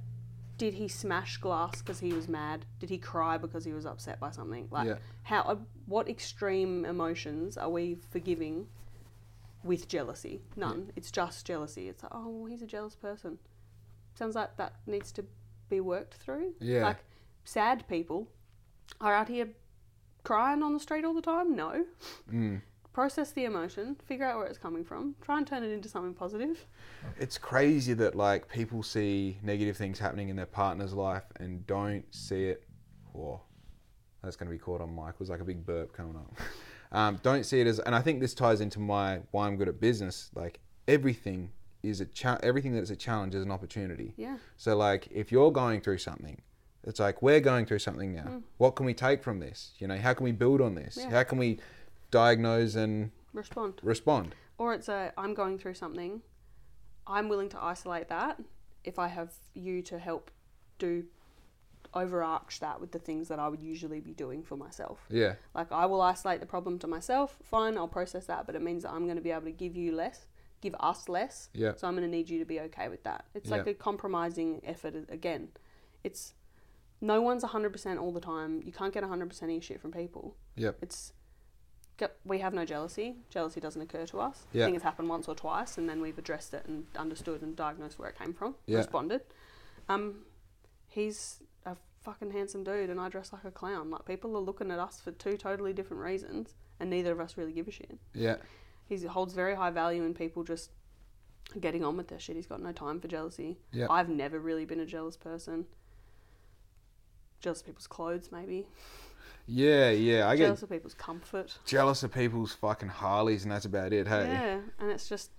did he smash glass because he was mad? Did he cry because he was upset by something? Like,
Yeah.
how, uh, what extreme emotions are we forgiving with jealousy? None. It's just jealousy. It's like, oh, well, he's a jealous person. Sounds like that needs to be worked through.
Yeah.
Like, sad people are out here crying on the street all the time? No. Process the emotion, figure out where it's coming from, try and turn it into something positive.
It's crazy that like people see negative things happening in their partner's life and don't see it. Whoa, that's going to be caught on mic. It was like a big burp coming up. Um, don't see it as, and I think this ties into my why I'm good at business. Like everything is a cha- everything that is a challenge is an opportunity.
Yeah.
So like if you're going through something, it's like we're going through something now. What can we take from this? You know, how can we build on this?
Hmm. Yeah.
How can we diagnose and
Respond.
respond?
Or it's a I'm going through something. I'm willing to isolate that if I have you to help do overarch that with the things that I would usually be doing for myself.
Yeah.
Like I will isolate the problem to myself. Fine, I'll process that, but it means that I'm going to be able to give you less, give us less.
Yeah.
So I'm going to need you to be okay with that. It's like
Yeah.
a compromising effort a- again. It's no one's 100% all the time. You can't get 100% of your shit from people.
Yep.
It's g- we have no jealousy. Jealousy doesn't occur to us.
Yeah.
I think it's happened once or twice, and then we've addressed it and understood and diagnosed where it came from.
Yeah.
Responded. Um, he's a fucking handsome dude, and I dress like a clown. Like people are looking at us for two totally different reasons, and neither of us really give a shit.
Yeah.
He holds very high value in people just getting on with their shit. He's got no time for jealousy.
Yeah.
I've never really been a jealous person. Jealous of people's clothes, maybe.
Yeah. Yeah. I get
jealous of people's comfort.
jealous of people's fucking Harleys, and that's about it. Hey.
Yeah, and it's just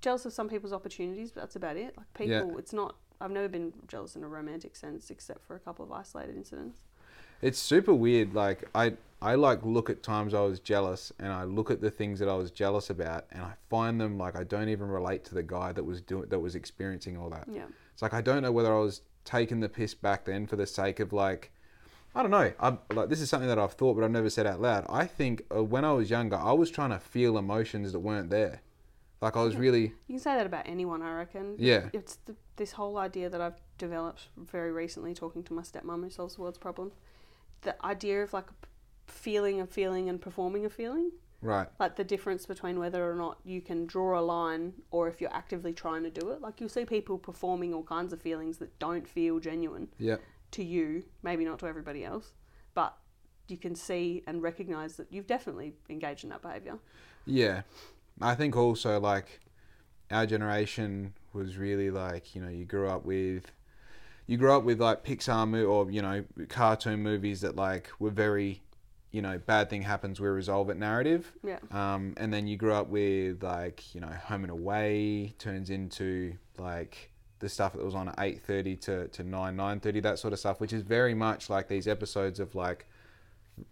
jealous of some people's opportunities, but that's about it. Like
Yeah.
people, it's not. I've never been jealous in a romantic sense, except for a couple of isolated incidents.
It's super weird. Like I, I like look at times I was jealous, and I look at the things that I was jealous about, and I find them like I don't even relate to the guy that was doing that was experiencing all that.
Yeah,
It's like I don't know whether I was taking the piss back then for the sake of like, I don't know. I'm like this is something that I've thought, but I've never said out loud. I think uh, when I was younger, I was trying to feel emotions that weren't there. Like I was really
you can say that about anyone, I reckon.
Yeah.
it's the, this whole idea that I've developed very recently, talking to my stepmom who solves the world's problem. The idea of like p- feeling a feeling and performing a feeling.
right.
like the difference between whether or not you can draw a line or if you're actively trying to do it. Like you'll see people performing all kinds of feelings that don't feel genuine
Yeah.
to you, maybe not to everybody else, but you can see and recognize that you've definitely engaged in that behavior.
Yeah. I think also like our generation was really like, you know, you grew up with you grew up with like Pixar mo- or, you know, cartoon movies that like were very, you know, bad thing happens, we resolve it narrative.
Yeah.
Um, and then you grew up with like, you know, home and away turns into like the stuff that was on at eight thirty to, to nine, nine thirty, that sort of stuff, which is very much like these episodes of like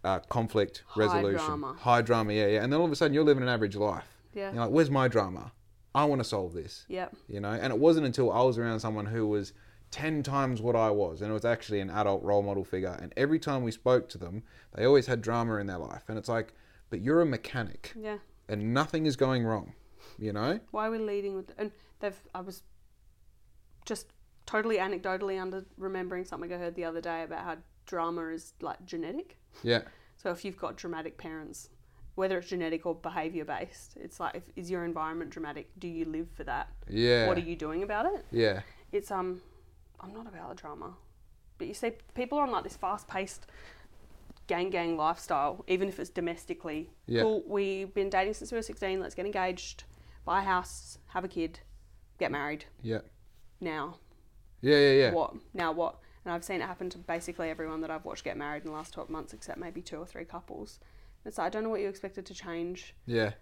uh, conflict
High
resolution.
drama.
High drama, yeah, yeah. And then all of a sudden you're living an average life.
Yeah.
You're like, where's my drama? I want to solve this.
Yep.
You know? And it wasn't until I was around someone who was 10 times what I was, and it was actually an adult role model figure. And every time we spoke to them, they always had drama in their life. And it's like, but you're a mechanic
Yeah.
and nothing is going wrong, you know?
Why are we leading with and they've I was just totally anecdotally under remembering something I heard the other day about how drama is like genetic.
Yeah.
So if you've got dramatic parents, whether it's genetic or behavior based, it's like if, is your environment dramatic? Do you live for that?
Yeah.
What are you doing about it?
Yeah.
It's um, I'm not about the drama, but you see, people are on like this fast paced gang gang lifestyle, even if it's domestically.
Yeah.
Cool, we've been dating since we were 16. Let's get engaged, buy a house, have a kid, get married
Yeah.
now
Yeah, yeah, yeah.
what now what and i've seen it happen to basically everyone that i've watched get married in the last 12 months except maybe two or three couples it's like i don't know what you expected to change
Yeah.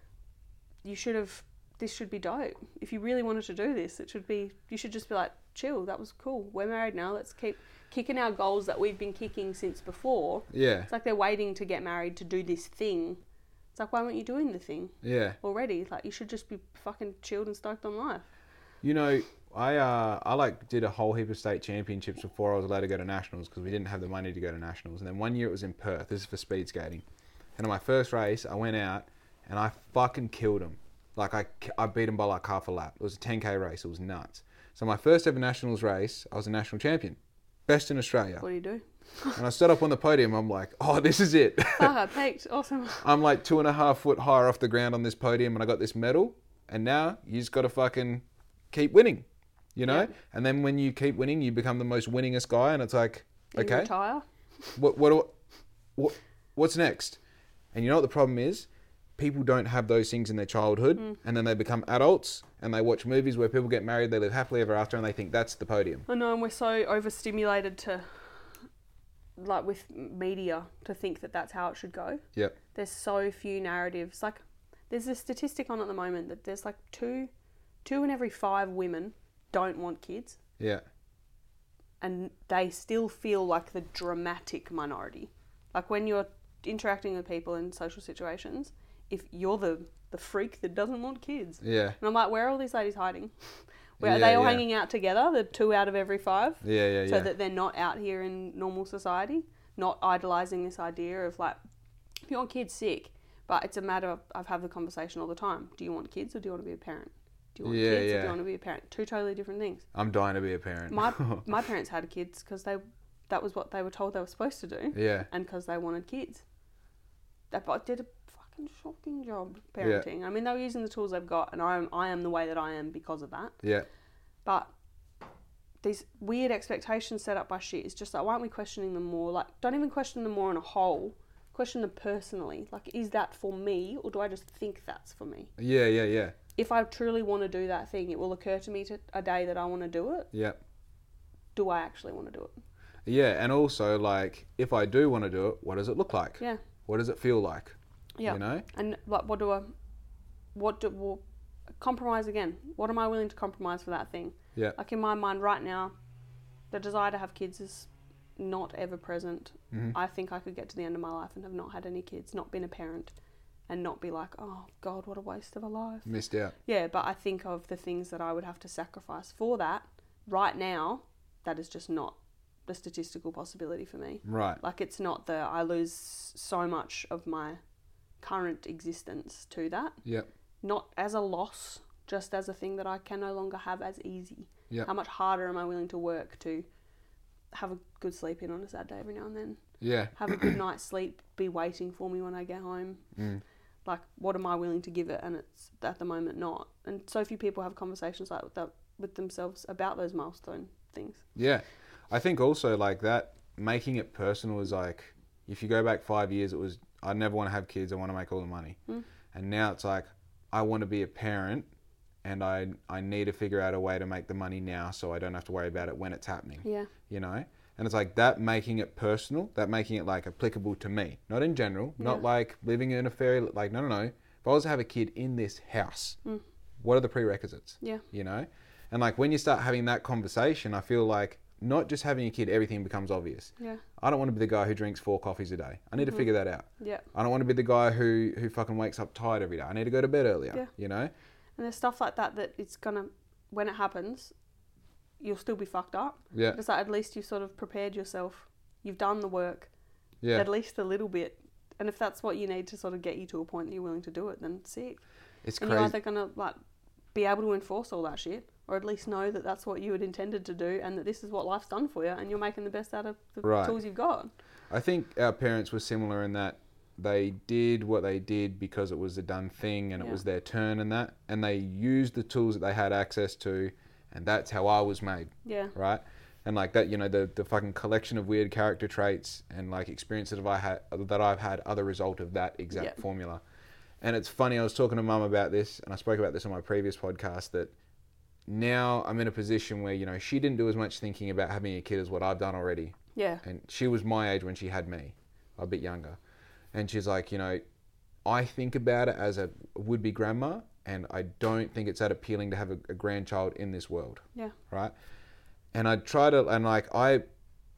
you should have this should be dope if you really wanted to do this it should be you should just be like chill that was cool we're married now let's keep kicking our goals that we've been kicking since before
Yeah.
it's like they're waiting to get married to do this thing it's like why weren't you doing the thing
Yeah.
already like you should just be fucking chilled and stoked on life
You know, I uh, I like did a whole heap of state championships before I was allowed to go to nationals because we didn't have the money to go to nationals. And then one year it was in Perth. This is for speed skating. And in my first race, I went out and I fucking killed him. Like I, ki- I beat him by like half a lap. It was a 10k race. It was nuts. So my first ever nationals race, I was a national champion, best in Australia.
what do you do
And I stood up on the podium. I'm like, oh, this is it.
ah I peaked awesome
I'm like two and a half foot higher off the ground on this podium, and I got this medal. And now you just got to fucking keep winning, you know.
Yeah.
And then when you keep winning, you become the most winningest guy, and it's like,
You
okay,
retire
what what, do I- what what's next? And you know what the problem is? People don't have those things in their childhood,
Mm.
and then they become adults, and they watch movies where people get married, they live happily ever after, and they think that's the podium.
I know, and we're so overstimulated to, like, with media, to think that that's how it should go.
Yep.
There's so few narratives. Like, there's a statistic on at the moment that there's like two two in every five women don't want kids,
Yeah.
and they still feel like the dramatic minority. Like when you're interacting with people in social situations, if you're the the freak that doesn't want kids,
Yeah.
and I'm like, where are all these ladies hiding? Where are
Yeah,
they all
yeah.
hanging out together? The two out of every five,
Yeah. Yeah. Yeah.
so that they're not out here in normal society, not idolizing this idea of like, if you want kids, sick. But it's a matter of I've had the conversation all the time. Do you want kids or do you want to be a parent? Do you want
Yeah,
kids or
yeah.
do you want to be a parent? Two totally different things.
I'm dying to be a parent.
My my parents had kids because they that was what they were told they were supposed to do,
yeah.
and because they wanted kids. They both did a fucking shocking job parenting. I mean, they were using the tools they've got, and I am I am the way that I am because of that.
Yeah.
But these weird expectations set up by shit is just like, why aren't we questioning them more? Like, don't even question them more on a whole. Question them personally. Like, is that for me, or do I just think that's for me?
Yeah. Yeah. Yeah.
If I truly want to do that thing, it will occur to me to, a day that I want to do it.
Yeah.
Do I actually want to do it?
Yeah. And also, like, if I do want to do it, what does it look like?
Yeah.
What does it feel like?
Yeah.
You know.
And like, what do I? What do? Well, compromise again. What am I willing to compromise for that thing?
Yeah.
Like in my mind right now, the desire to have kids is not ever present. I think I could get to the end of my life and have not had any kids, not been a parent, and not be like, oh God, what a waste of a life.
Missed out.
Yeah, but I think of the things that I would have to sacrifice for that right now. That is just not the statistical possibility for me.
Right.
Like it's not the I lose so much of my current existence to that.
Yep.
Not as a loss, just as a thing that I can no longer have as easy.
Yep.
How much harder am I willing to work to have a good sleep in on a Saturday every now and then?
Yeah.
Have a good night's sleep, be waiting for me when I get home.
Mm.
Like, what am I willing to give it? And it's at the moment not. And so few people have conversations like that with themselves about those milestone things.
Yeah. I think also like that making it personal is like if you go back five years it was I never want to have kids, I want to make all the money. And now it's like I want to be a parent and I I need to figure out a way to make the money now so I don't have to worry about it when it's happening.
Yeah.
You know? And it's like that making it personal, that making it like applicable to me. Not in general. Not like living in a fairy like no no no. If I was to have a kid in this house, what are the prerequisites?
Mm. Yeah.
you know and like when you start having that conversation i feel like not just having a kid everything becomes obvious
Yeah.
i don't want to be the guy who drinks four coffees a day i need
Mm-hmm.
to figure that out
Yeah.
i don't want to be the guy who who fucking wakes up tired every day i need to go to bed earlier
Yeah.
you know
And there's stuff like that that it's gonna, when it happens, you'll still be fucked up.
yeah
It's like at least you've sort of prepared yourself. You've done the work,
yeah
at least a little bit. And if that's what you need to sort of get you to a point that you're willing to do it, then sick.
it's
And
crazy
you're either gonna like be able to enforce all that shit, or at least know that that's what you had intended to do, and that this is what life's done for you, and you're making the best out of the
Right.
tools you've got.
I think our parents were similar in that they did what they did because it was a done thing and it
Yeah.
was their turn and that and they used the tools that they had access to and that's how I was made.
Yeah.
Right? And like that, you know, the, the fucking collection of weird character traits and like experiences that I had that I've had are the result of that exact
Yeah.
formula. And it's funny, I was talking to mum about this and I spoke about this on my previous podcast that now I'm in a position where, you know, she didn't do as much thinking about having a kid as what I've done already
Yeah.
and she was my age when she had me, a bit younger. And she's like, you know, I think about it as a would be grandma, and I don't think it's that appealing to have a, a grandchild in this world,
Yeah.
right? And I try to, and like, I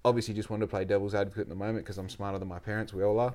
obviously just wanted to play devil's advocate in the moment because I'm smarter than my parents. We all are.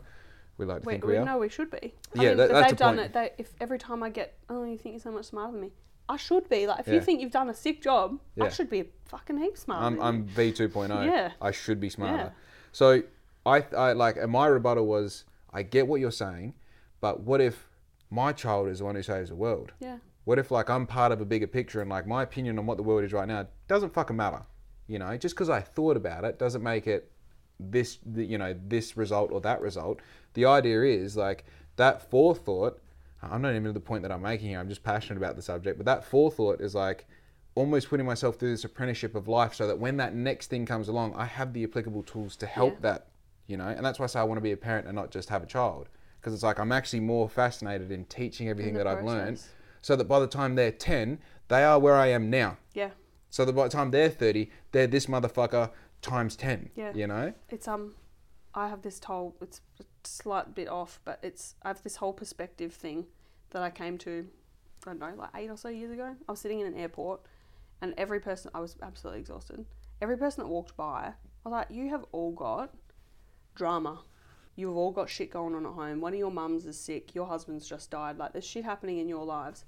We like to
Wait,
think
we
we are.
know we should be.
Yeah, that-
but
that's
they've
the
done
point.
it. They, if every time I get, oh, you think you're so much smarter than me, I should be. Like, if
Yeah.
you think you've done a sick job,
Yeah.
I should be a fucking heap smarter.
I'm,
than
I'm V 2.0.
Yeah.
I should be smarter.
Yeah.
So I, I like, and my rebuttal was, I get what you're saying, but what if my child is the one who saves the world?
you. Yeah.
What if like I'm part of a bigger picture and like my opinion on what the world is right now doesn't fucking matter, you know? Just because I thought about it doesn't make it this, the- you know, this result or that result. The idea is like that forethought. I'm not even to the point that I'm making here. I'm just passionate about the subject, but that forethought is like almost putting myself through this apprenticeship of life so that when that next thing comes along, I have the applicable tools to help
Yeah.
that, you know. And that's why I say I want to be a parent and not just have a child. Because it's like I'm actually more fascinated in teaching everything
the
that I've learned
process.
so that by the time they're 10, they are where I am now.
Yeah.
So that by the time they're 30, they're this motherfucker times 10.
Yeah.
You know?
It's um, I have this whole. It's a slight bit off, but it's I have this whole perspective thing that I came to I don't know, like eight or so years ago. I was sitting in an airport, and every person I was absolutely exhausted. Every person that walked by, I was like, "You have all got drama. You've all got shit going on at home. One of your mums is sick. Your husband's just died. Like there's shit happening in your lives,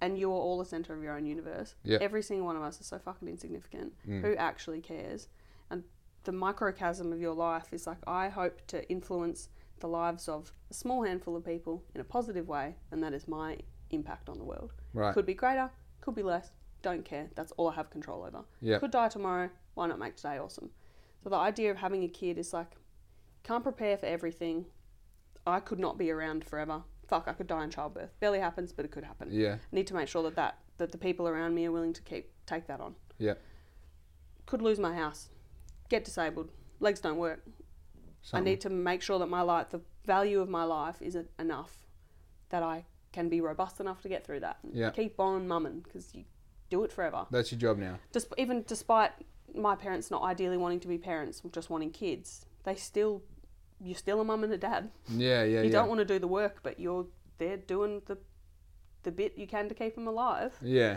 and you're all the center of your own universe.
Yeah. Mm.
Every single one of us is so fucking insignificant. Who actually cares? And the microcosm of your life is like I hope to influence the lives of a small handful of people in a positive way, and that is my impact on the world.
Right.
Could be greater, could be less. Don't care. That's all I have control over.
Yeah.
Could die tomorrow. Why not make today awesome? So the idea of having a kid is like, can't prepare for everything. I could not be around forever. Fuck, I could die in childbirth. Barely happens, but it could happen.
Yeah.
Need to make sure that that that the people around me are willing to keep take that on.
Yeah.
Could lose my house, get disabled, legs don't work.
Oh.
I need to make sure that my life, the value of my life, is en- enough that I can be robust enough to get through that. and
Yeah.
Keep on mumming because you do it forever.
That's your job now.
Desp even despite my parents not ideally wanting to be parents, just wanting kids, they still, you're still a mum and a dad.
Yeah, yeah,
You
yeah.
don't want to do the work, but you're there doing the, the bit you can to keep them alive.
Yeah,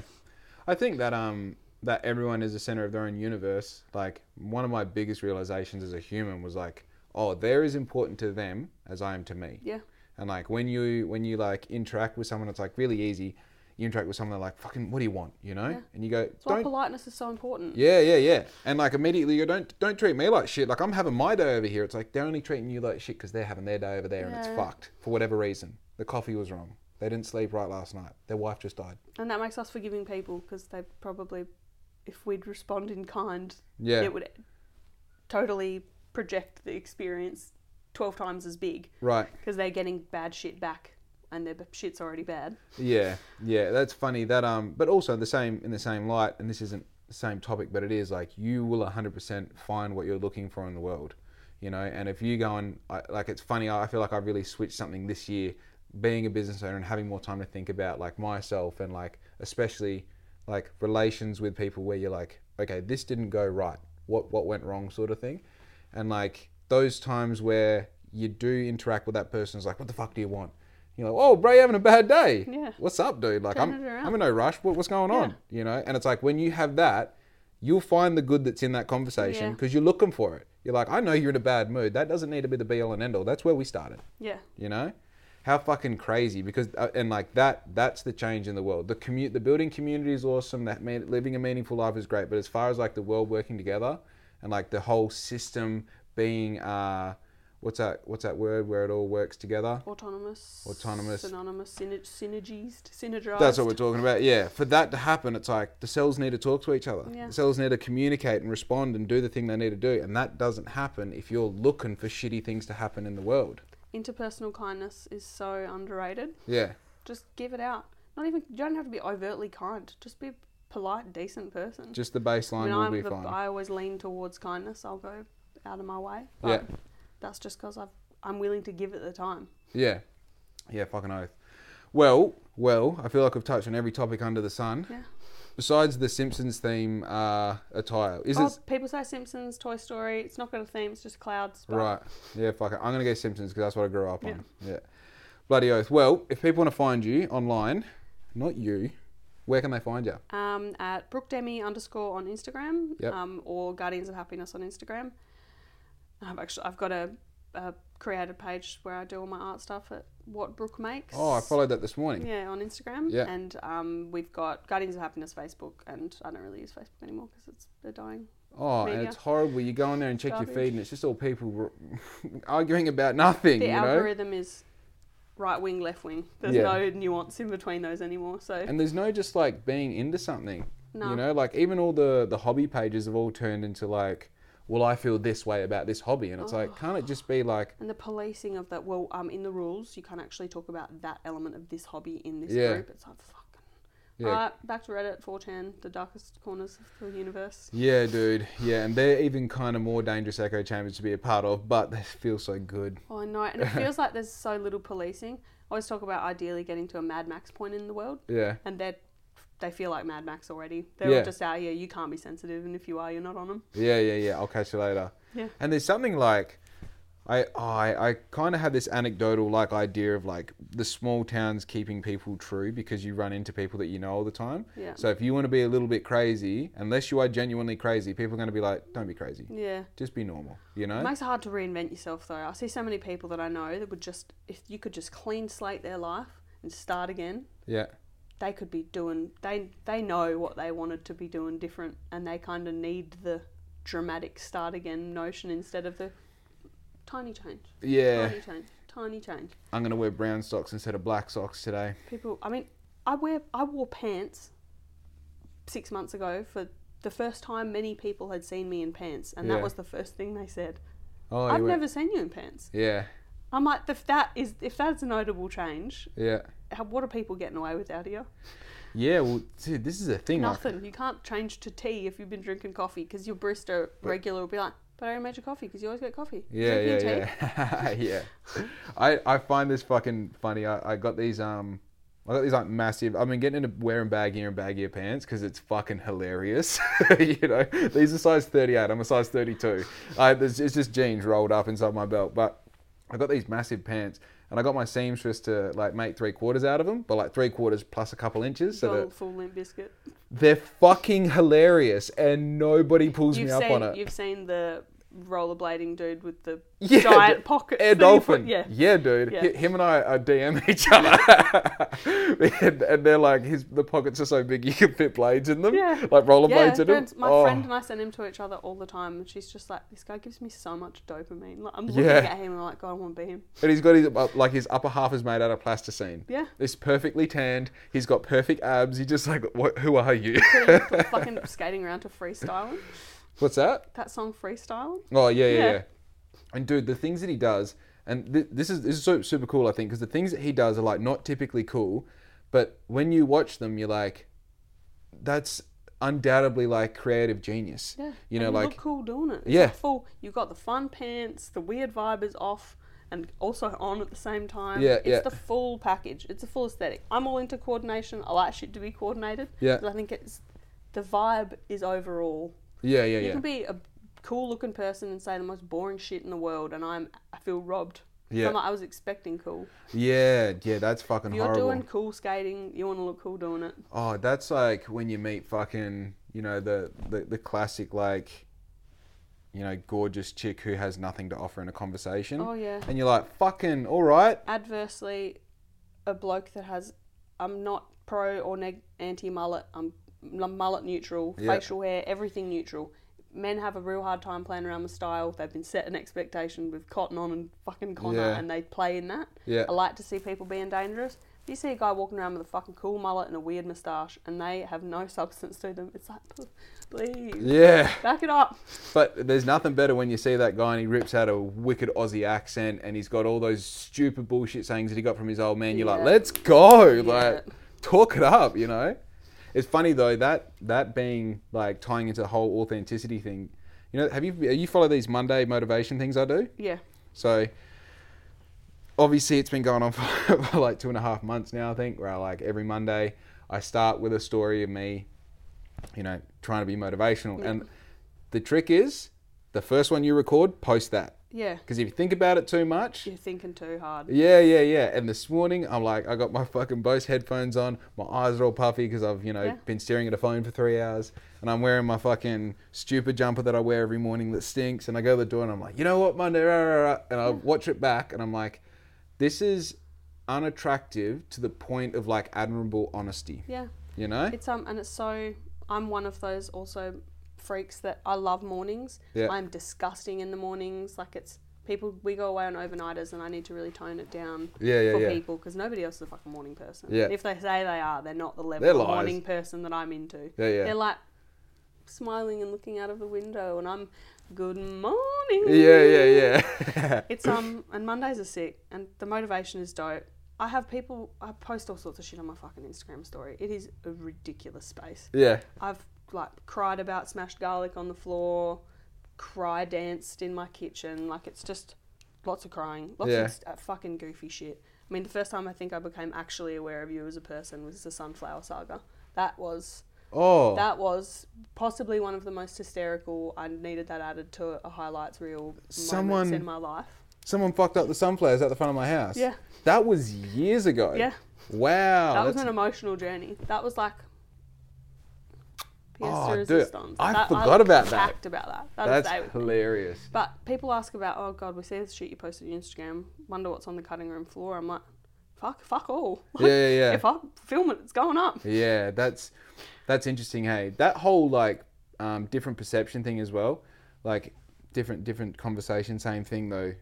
I think that um that everyone is the center of their own universe. Like one of my biggest realizations as a human was like, oh, they're as important to them as I am to me.
Yeah.
And like when you when you like interact with someone, it's like really easy. You interact with someone, they're like, fucking, what do you want? You know?
Yeah.
And you go,
That's why
don't.
politeness is so important.
Yeah, yeah, yeah. And like immediately you go, don't don't treat me like shit. Like I'm having my day over here. It's like they're only treating you like shit because they're having their day over there and it's
Yeah.
fucked for whatever reason. The coffee was wrong. They didn't sleep right last night. Their wife just died.
And that makes us forgiving people because they probably, if we'd respond in kind,
Yeah.
it would totally project the experience 12 times as big
Right.
because they're getting bad shit back and their b- shit's already bad.
Yeah, yeah, that's funny. That um, but also the same in the same light, and this isn't the same topic, but it is like you will 100% find what you're looking for in the world, you know. And if you go and I, like, it's funny. I feel like I really switched something this year, being a business owner and having more time to think about like myself and like especially like relations with people where you're like, okay, this didn't go right. What what went wrong, sort of thing, and like those times where you do interact with that person is like, what the fuck do you want? You're like, oh, bro, you having a bad day.
Yeah.
What's up, dude? Like,
Turn
I'm,
it around.
I'm in no rush. What, what's going on? You know? And it's like, when you have that, you'll find the good that's in that conversation
Yeah.
because you're looking for it. You're like, I know you're in a bad mood. That doesn't need to be the be all and end all. That's where we started
Yeah.
you know how fucking crazy because uh, and like that that's the change in the world the commute the building community is awesome that mean, living a meaningful life is great but as far as like the world working together and like the whole system being uh what's that what's that word where it all works together
Autonomous.
Autonomous.
Synonymous. Syner- synergized. Synergized.
that's what we're talking about yeah for that to happen it's like the cells need to talk to each other
Yeah.
the cells need to communicate and respond and do the thing they need to do and that doesn't happen if you're looking for shitty things to happen in the world
Interpersonal kindness is so underrated.
yeah
Just give it out. Not even, you don't have to be overtly kind. Just be a polite, decent person.
just the baseline
when
will
I'm
be
the,
fine
I always lean towards kindness. I'll go out of my way. But
Yeah.
that's just because I'm willing to give at the time.
Yeah. Yeah, fucking oath. Well, well, I feel like I've touched on every topic under the sun.
Yeah.
Besides the Simpsons theme uh, attire. Is
Oh,
this
people say Simpsons, Toy Story. It's not got a theme. It's just clouds. But
right? Yeah, fuck it. I'm gonna go Simpsons because that's what I grew up
Yeah.
on. Yeah. Bloody oath. Well, if people want to find you online, not you, where can they find you?
Um, at brookdemi underscore on Instagram.
Yep.
Um, or Guardians of Happiness on Instagram. I've actually I've got a, a creative page where I do all my art stuff at What Brook Makes.
Oh, I followed that this morning.
Yeah, on Instagram.
Yeah.
And um, we've got Guardians of Happiness Facebook, and I don't really use Facebook anymore because it's they're dying.
Oh, and
Media.
it's horrible. You go in there and check your
Garbage.
feed, and it's just all people arguing about nothing.
The
you know.
algorithm is right wing, left wing. There's
Yeah.
no nuance in between those anymore. So
and there's no just like being into something
No.
you know like even all the the hobby pages have all turned into like well i feel this way about this hobby and it's
Oh.
like can't it just be like
And the policing of that, well, um, in the rules, you can't actually talk about that element of this hobby in this
Yeah.
group. It's like, fucking.
Yeah.
Alright, back to Reddit, 4chan, the darkest corners of the universe.
yeah dude yeah and they're even kind of more dangerous echo chambers to be a part of but they feel so good
Oh, I know. And it feels like there's so little policing. I always talk about ideally getting to a Mad Max point in the world,
yeah
and they're, they feel like Mad Max already. They're
Yeah.
all just out here, you can't be sensitive, and if you are, you're not on them.
yeah yeah yeah i'll catch you later
Yeah.
and there's something like I I, I kind of had this anecdotal like idea of like the small towns keeping people true because you run into people that you know all the time.
Yeah.
So if you want to be a little bit crazy, unless you are genuinely crazy, people are going to be like, "Don't be crazy.
Yeah.
Just be normal." You know?
It makes it hard to reinvent yourself though. I see so many people that I know that would just if you could just clean slate their life and start again,
yeah.
they could be doing they they know what they wanted to be doing different and they kind of need the dramatic start again notion instead of the tiny change.
Yeah.
Tiny change. Tiny change.
I'm going to wear brown socks instead of black socks today.
People I mean, I wear I wore pants 6 months ago for the first time many people had seen me in pants and
Yeah.
that was the first thing they said.
Oh,
I've
you wear-
never seen you in pants.
Yeah.
I'm like, if that is if that's a notable change,
Yeah.
how, what are people getting away with out here?
Yeah, well, dude, this is a thing. like-
Nothing. You can't change to tea if you've been drinking coffee because your barista regular will be like, but I already made you coffee because you always get coffee. Is
Yeah,
that your
yeah,
tea?"
yeah, yeah. I, I find this fucking funny. I, I got these um, I got these like massive. I've been getting into wearing baggier and baggier pants because it's fucking hilarious. you know, these are size 38. I'm a size 32. I, there's, it's just jeans rolled up inside my belt. But I got these massive pants, and I got my seamstress to like make three quarters out of them, but like three quarters plus a couple inches, so
Gone
that
full limp biscuit.
they're fucking hilarious, and nobody pulls
You've
me up
seen
on it.
you've seen the rollerblading dude with the
Yeah,
giant
the
pocket.
Air
thing you
Dolphin.
put- Yeah.
dude.
Yeah.
Hi- Him and I are DM each other. and, and they're like, his the pockets are so big you can fit blades in them.
Yeah.
Like roller
Yeah,
blades in them.
friends- my
Oh,
friend and I send him to each other all the time, and she's just like, "This guy gives me so much dopamine." Like, I'm looking
Yeah.
at him, and I'm like, "God, I want to be him."
And he's got his, uh, like, his upper half is made out of plasticine.
Yeah.
It's perfectly tanned. He's got perfect abs. He's just like, what, who are you?
Putting- put- fucking skating around to freestyling.
What's that?
That song freestyle.
Oh yeah, yeah,
Yeah.
yeah. And dude, the things that he does, and th- this is this is so super cool, I think, because the things that he does are like not typically cool, but when you watch them, you're like, that's undoubtedly like creative genius.
Yeah.
You know,
and
like
look cool doing it. It's
Yeah.
like Full. You got the fun pants. The weird vibe is off and also on at the same time.
Yeah,
It's
yeah.
the full package. It's a full aesthetic. I'm all into coordination. I like shit to be coordinated.
Yeah.
'cause I think it's the vibe is overall.
yeah, yeah,
You
yeah,
can be a cool looking person and say the most boring shit in the world, and I'm I feel robbed.
Yeah.
From what I was expecting cool.
yeah, yeah. That's fucking
If you're
horrible.
doing cool skating, you want to look cool doing it.
Oh, that's like when you meet fucking, you know, the, the, the classic, like, you know, gorgeous chick who has nothing to offer in a conversation.
Oh, yeah.
And you're like, fucking, all right.
adversely a bloke that has I'm not pro or neg- anti mullet. I'm n- mullet neutral,
Yeah.
facial hair, everything neutral. Men have a real hard time playing around with style. They've been set an expectation with Cotton On and fucking Connor,
Yeah.
and they play in that.
Yeah.
I like to see people being dangerous. If you see a guy walking around with a fucking cool mullet and a weird moustache, and they have no substance to them, it's like, please
Yeah.
back it up.
But there's nothing better when you see that guy and he rips out a wicked Aussie accent and he's got all those stupid bullshit sayings that he got from his old man. You're like,
Yeah.
let's go,
Yeah.
like, talk it up, you know. It's funny though that that being like tying into the whole authenticity thing. You know, have you you follow these Monday motivation things I do?
Yeah,
So obviously it's been going on for, for like two and a half months now, I think, where I like every Monday I start with a story of me, you know, trying to be motivational.
Yeah.
And the trick is the first one you record, post that.
yeah.
Because if you think about it too much,
You're thinking too hard.
yeah, yeah, yeah. And this morning, I'm like, I got my fucking Bose headphones on. My eyes are all puffy because I've, you know,
Yeah.
been staring at a phone for three hours. And I'm wearing my fucking stupid jumper that I wear every morning that stinks. And I go to the door and I'm like, you know what, Monday, rah, rah, rah," and I watch it back and I'm like, this is unattractive to the point of like admirable honesty.
Yeah.
You know?
It's um and it's so I'm one of those also freaks that I love mornings.
Yeah.
I'm disgusting in the mornings. Like it's people we go away on overnighters and I need to really tone it down
Yeah, yeah,
for
yeah.
people because nobody else is a fucking morning person.
Yeah.
And if they say they are, they're not the level
They're
of
liars.
morning person that I'm into.
Yeah, yeah.
They're like smiling and looking out of the window and I'm good morning.
yeah, yeah, yeah.
It's um and Mondays are sick and the motivation is dope. I have people I post all sorts of shit on my fucking Instagram story. It is a ridiculous space.
yeah.
I've like cried about smashed garlic on the floor, cry danced in my kitchen. Like it's just lots of crying, lots
Yeah.
of st- uh, fucking goofy shit. I mean, the first time I think I became actually aware of you as a person was the Sunflower Saga. That was
Oh.
that was possibly one of the most hysterical. I needed that added to a highlights reel moments
Someone-
in my life.
someone fucked up the sunflowers at the front of my house.
Yeah.
That was years ago.
Yeah.
Wow.
that was
Oh, that's-
an emotional journey. That was like pièce
Oh,
de
dude,
resistance.
I
That-
forgot about that.
Packed about that. That
That's
stayed with me.
hilarious.
But people ask about, oh god, we see this shit you posted on Instagram. Wonder what's on the cutting room floor. I'm like, fuck, fuck all.
Yeah, yeah, yeah.
if I film it, it's going up.
Yeah, that's that's interesting. Hey, that whole like um, different perception thing as well, like different different conversation, same thing though.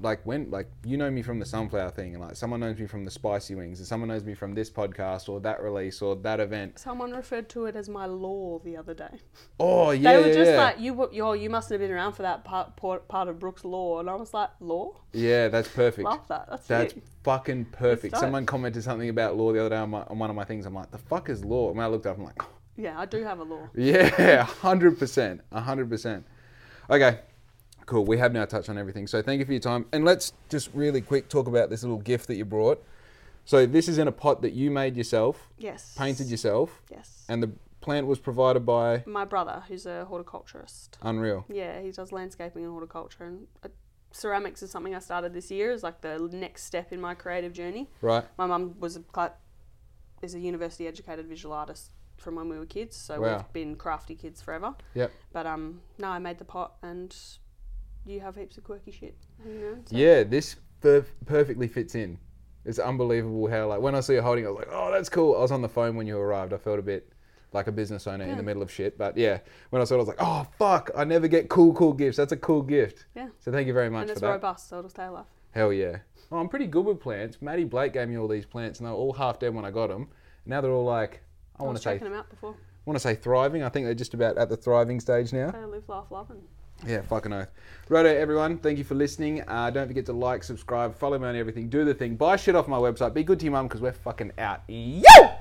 Like when like you know me from the sunflower thing, and like someone knows me from the spicy wings, and someone knows me from this podcast or that release or that event.
Someone referred to it as my law the other day.
Oh yeah,
they were
yeah,
just
yeah.
like, you, were- yo, you mustn't have been around for that part, part, part of Brooks' law. And I was like, law?
yeah, that's perfect.
Love that. That's,
That's
it.
fucking perfect.
dope.
Someone commented something about law the other day on, my, on one of my things. I'm like, the fuck is law? And when I looked up, I'm like,
Yeah, I do have a law.
Yeah, hundred percent, hundred percent. Okay, cool. We have now touched on everything, so thank you for your time. And let's just really quick talk about this little gift that you brought. So this is in a pot that you made yourself,
Yes.
painted yourself,
Yes.
and the plant was provided by
my brother, who's a horticulturist.
Unreal.
Yeah, he does landscaping and horticulture, and uh, ceramics is something I started this year. Is like the next step in my creative journey.
Right.
My mum was a cla- is a university educated visual artist from when we were kids, so
Wow.
we've been crafty kids forever.
Yep.
But um, no, I made the pot, and you have heaps of quirky shit. hanging around, so-
Yeah, this per- perfectly fits in. It's unbelievable how like when I saw you holding, it, I was like, oh, that's cool. I was on the phone when you arrived. I felt a bit like a business owner in the middle of shit, but yeah, when I saw it, I was like, oh fuck, I never get cool, cool gifts. That's a cool gift.
Yeah.
So thank you very much
And
for
it's
that.
robust, so it'll stay alive.
Hell yeah. Oh, I'm pretty good with plants. Maddie Blake gave me all these plants, and they were all half dead when I got them. Now they're all like, I
I,
want
was
to say,
checking them out before.
want to say thriving. I think they're just about at the thriving stage now.
They live, laugh, love, and
Yeah, fucking oath. Righto, everyone. Thank you for listening. Uh, don't forget to like, subscribe, follow me on everything. Do the thing. Buy shit off my website. Be good to your mum because we're fucking out. Yo!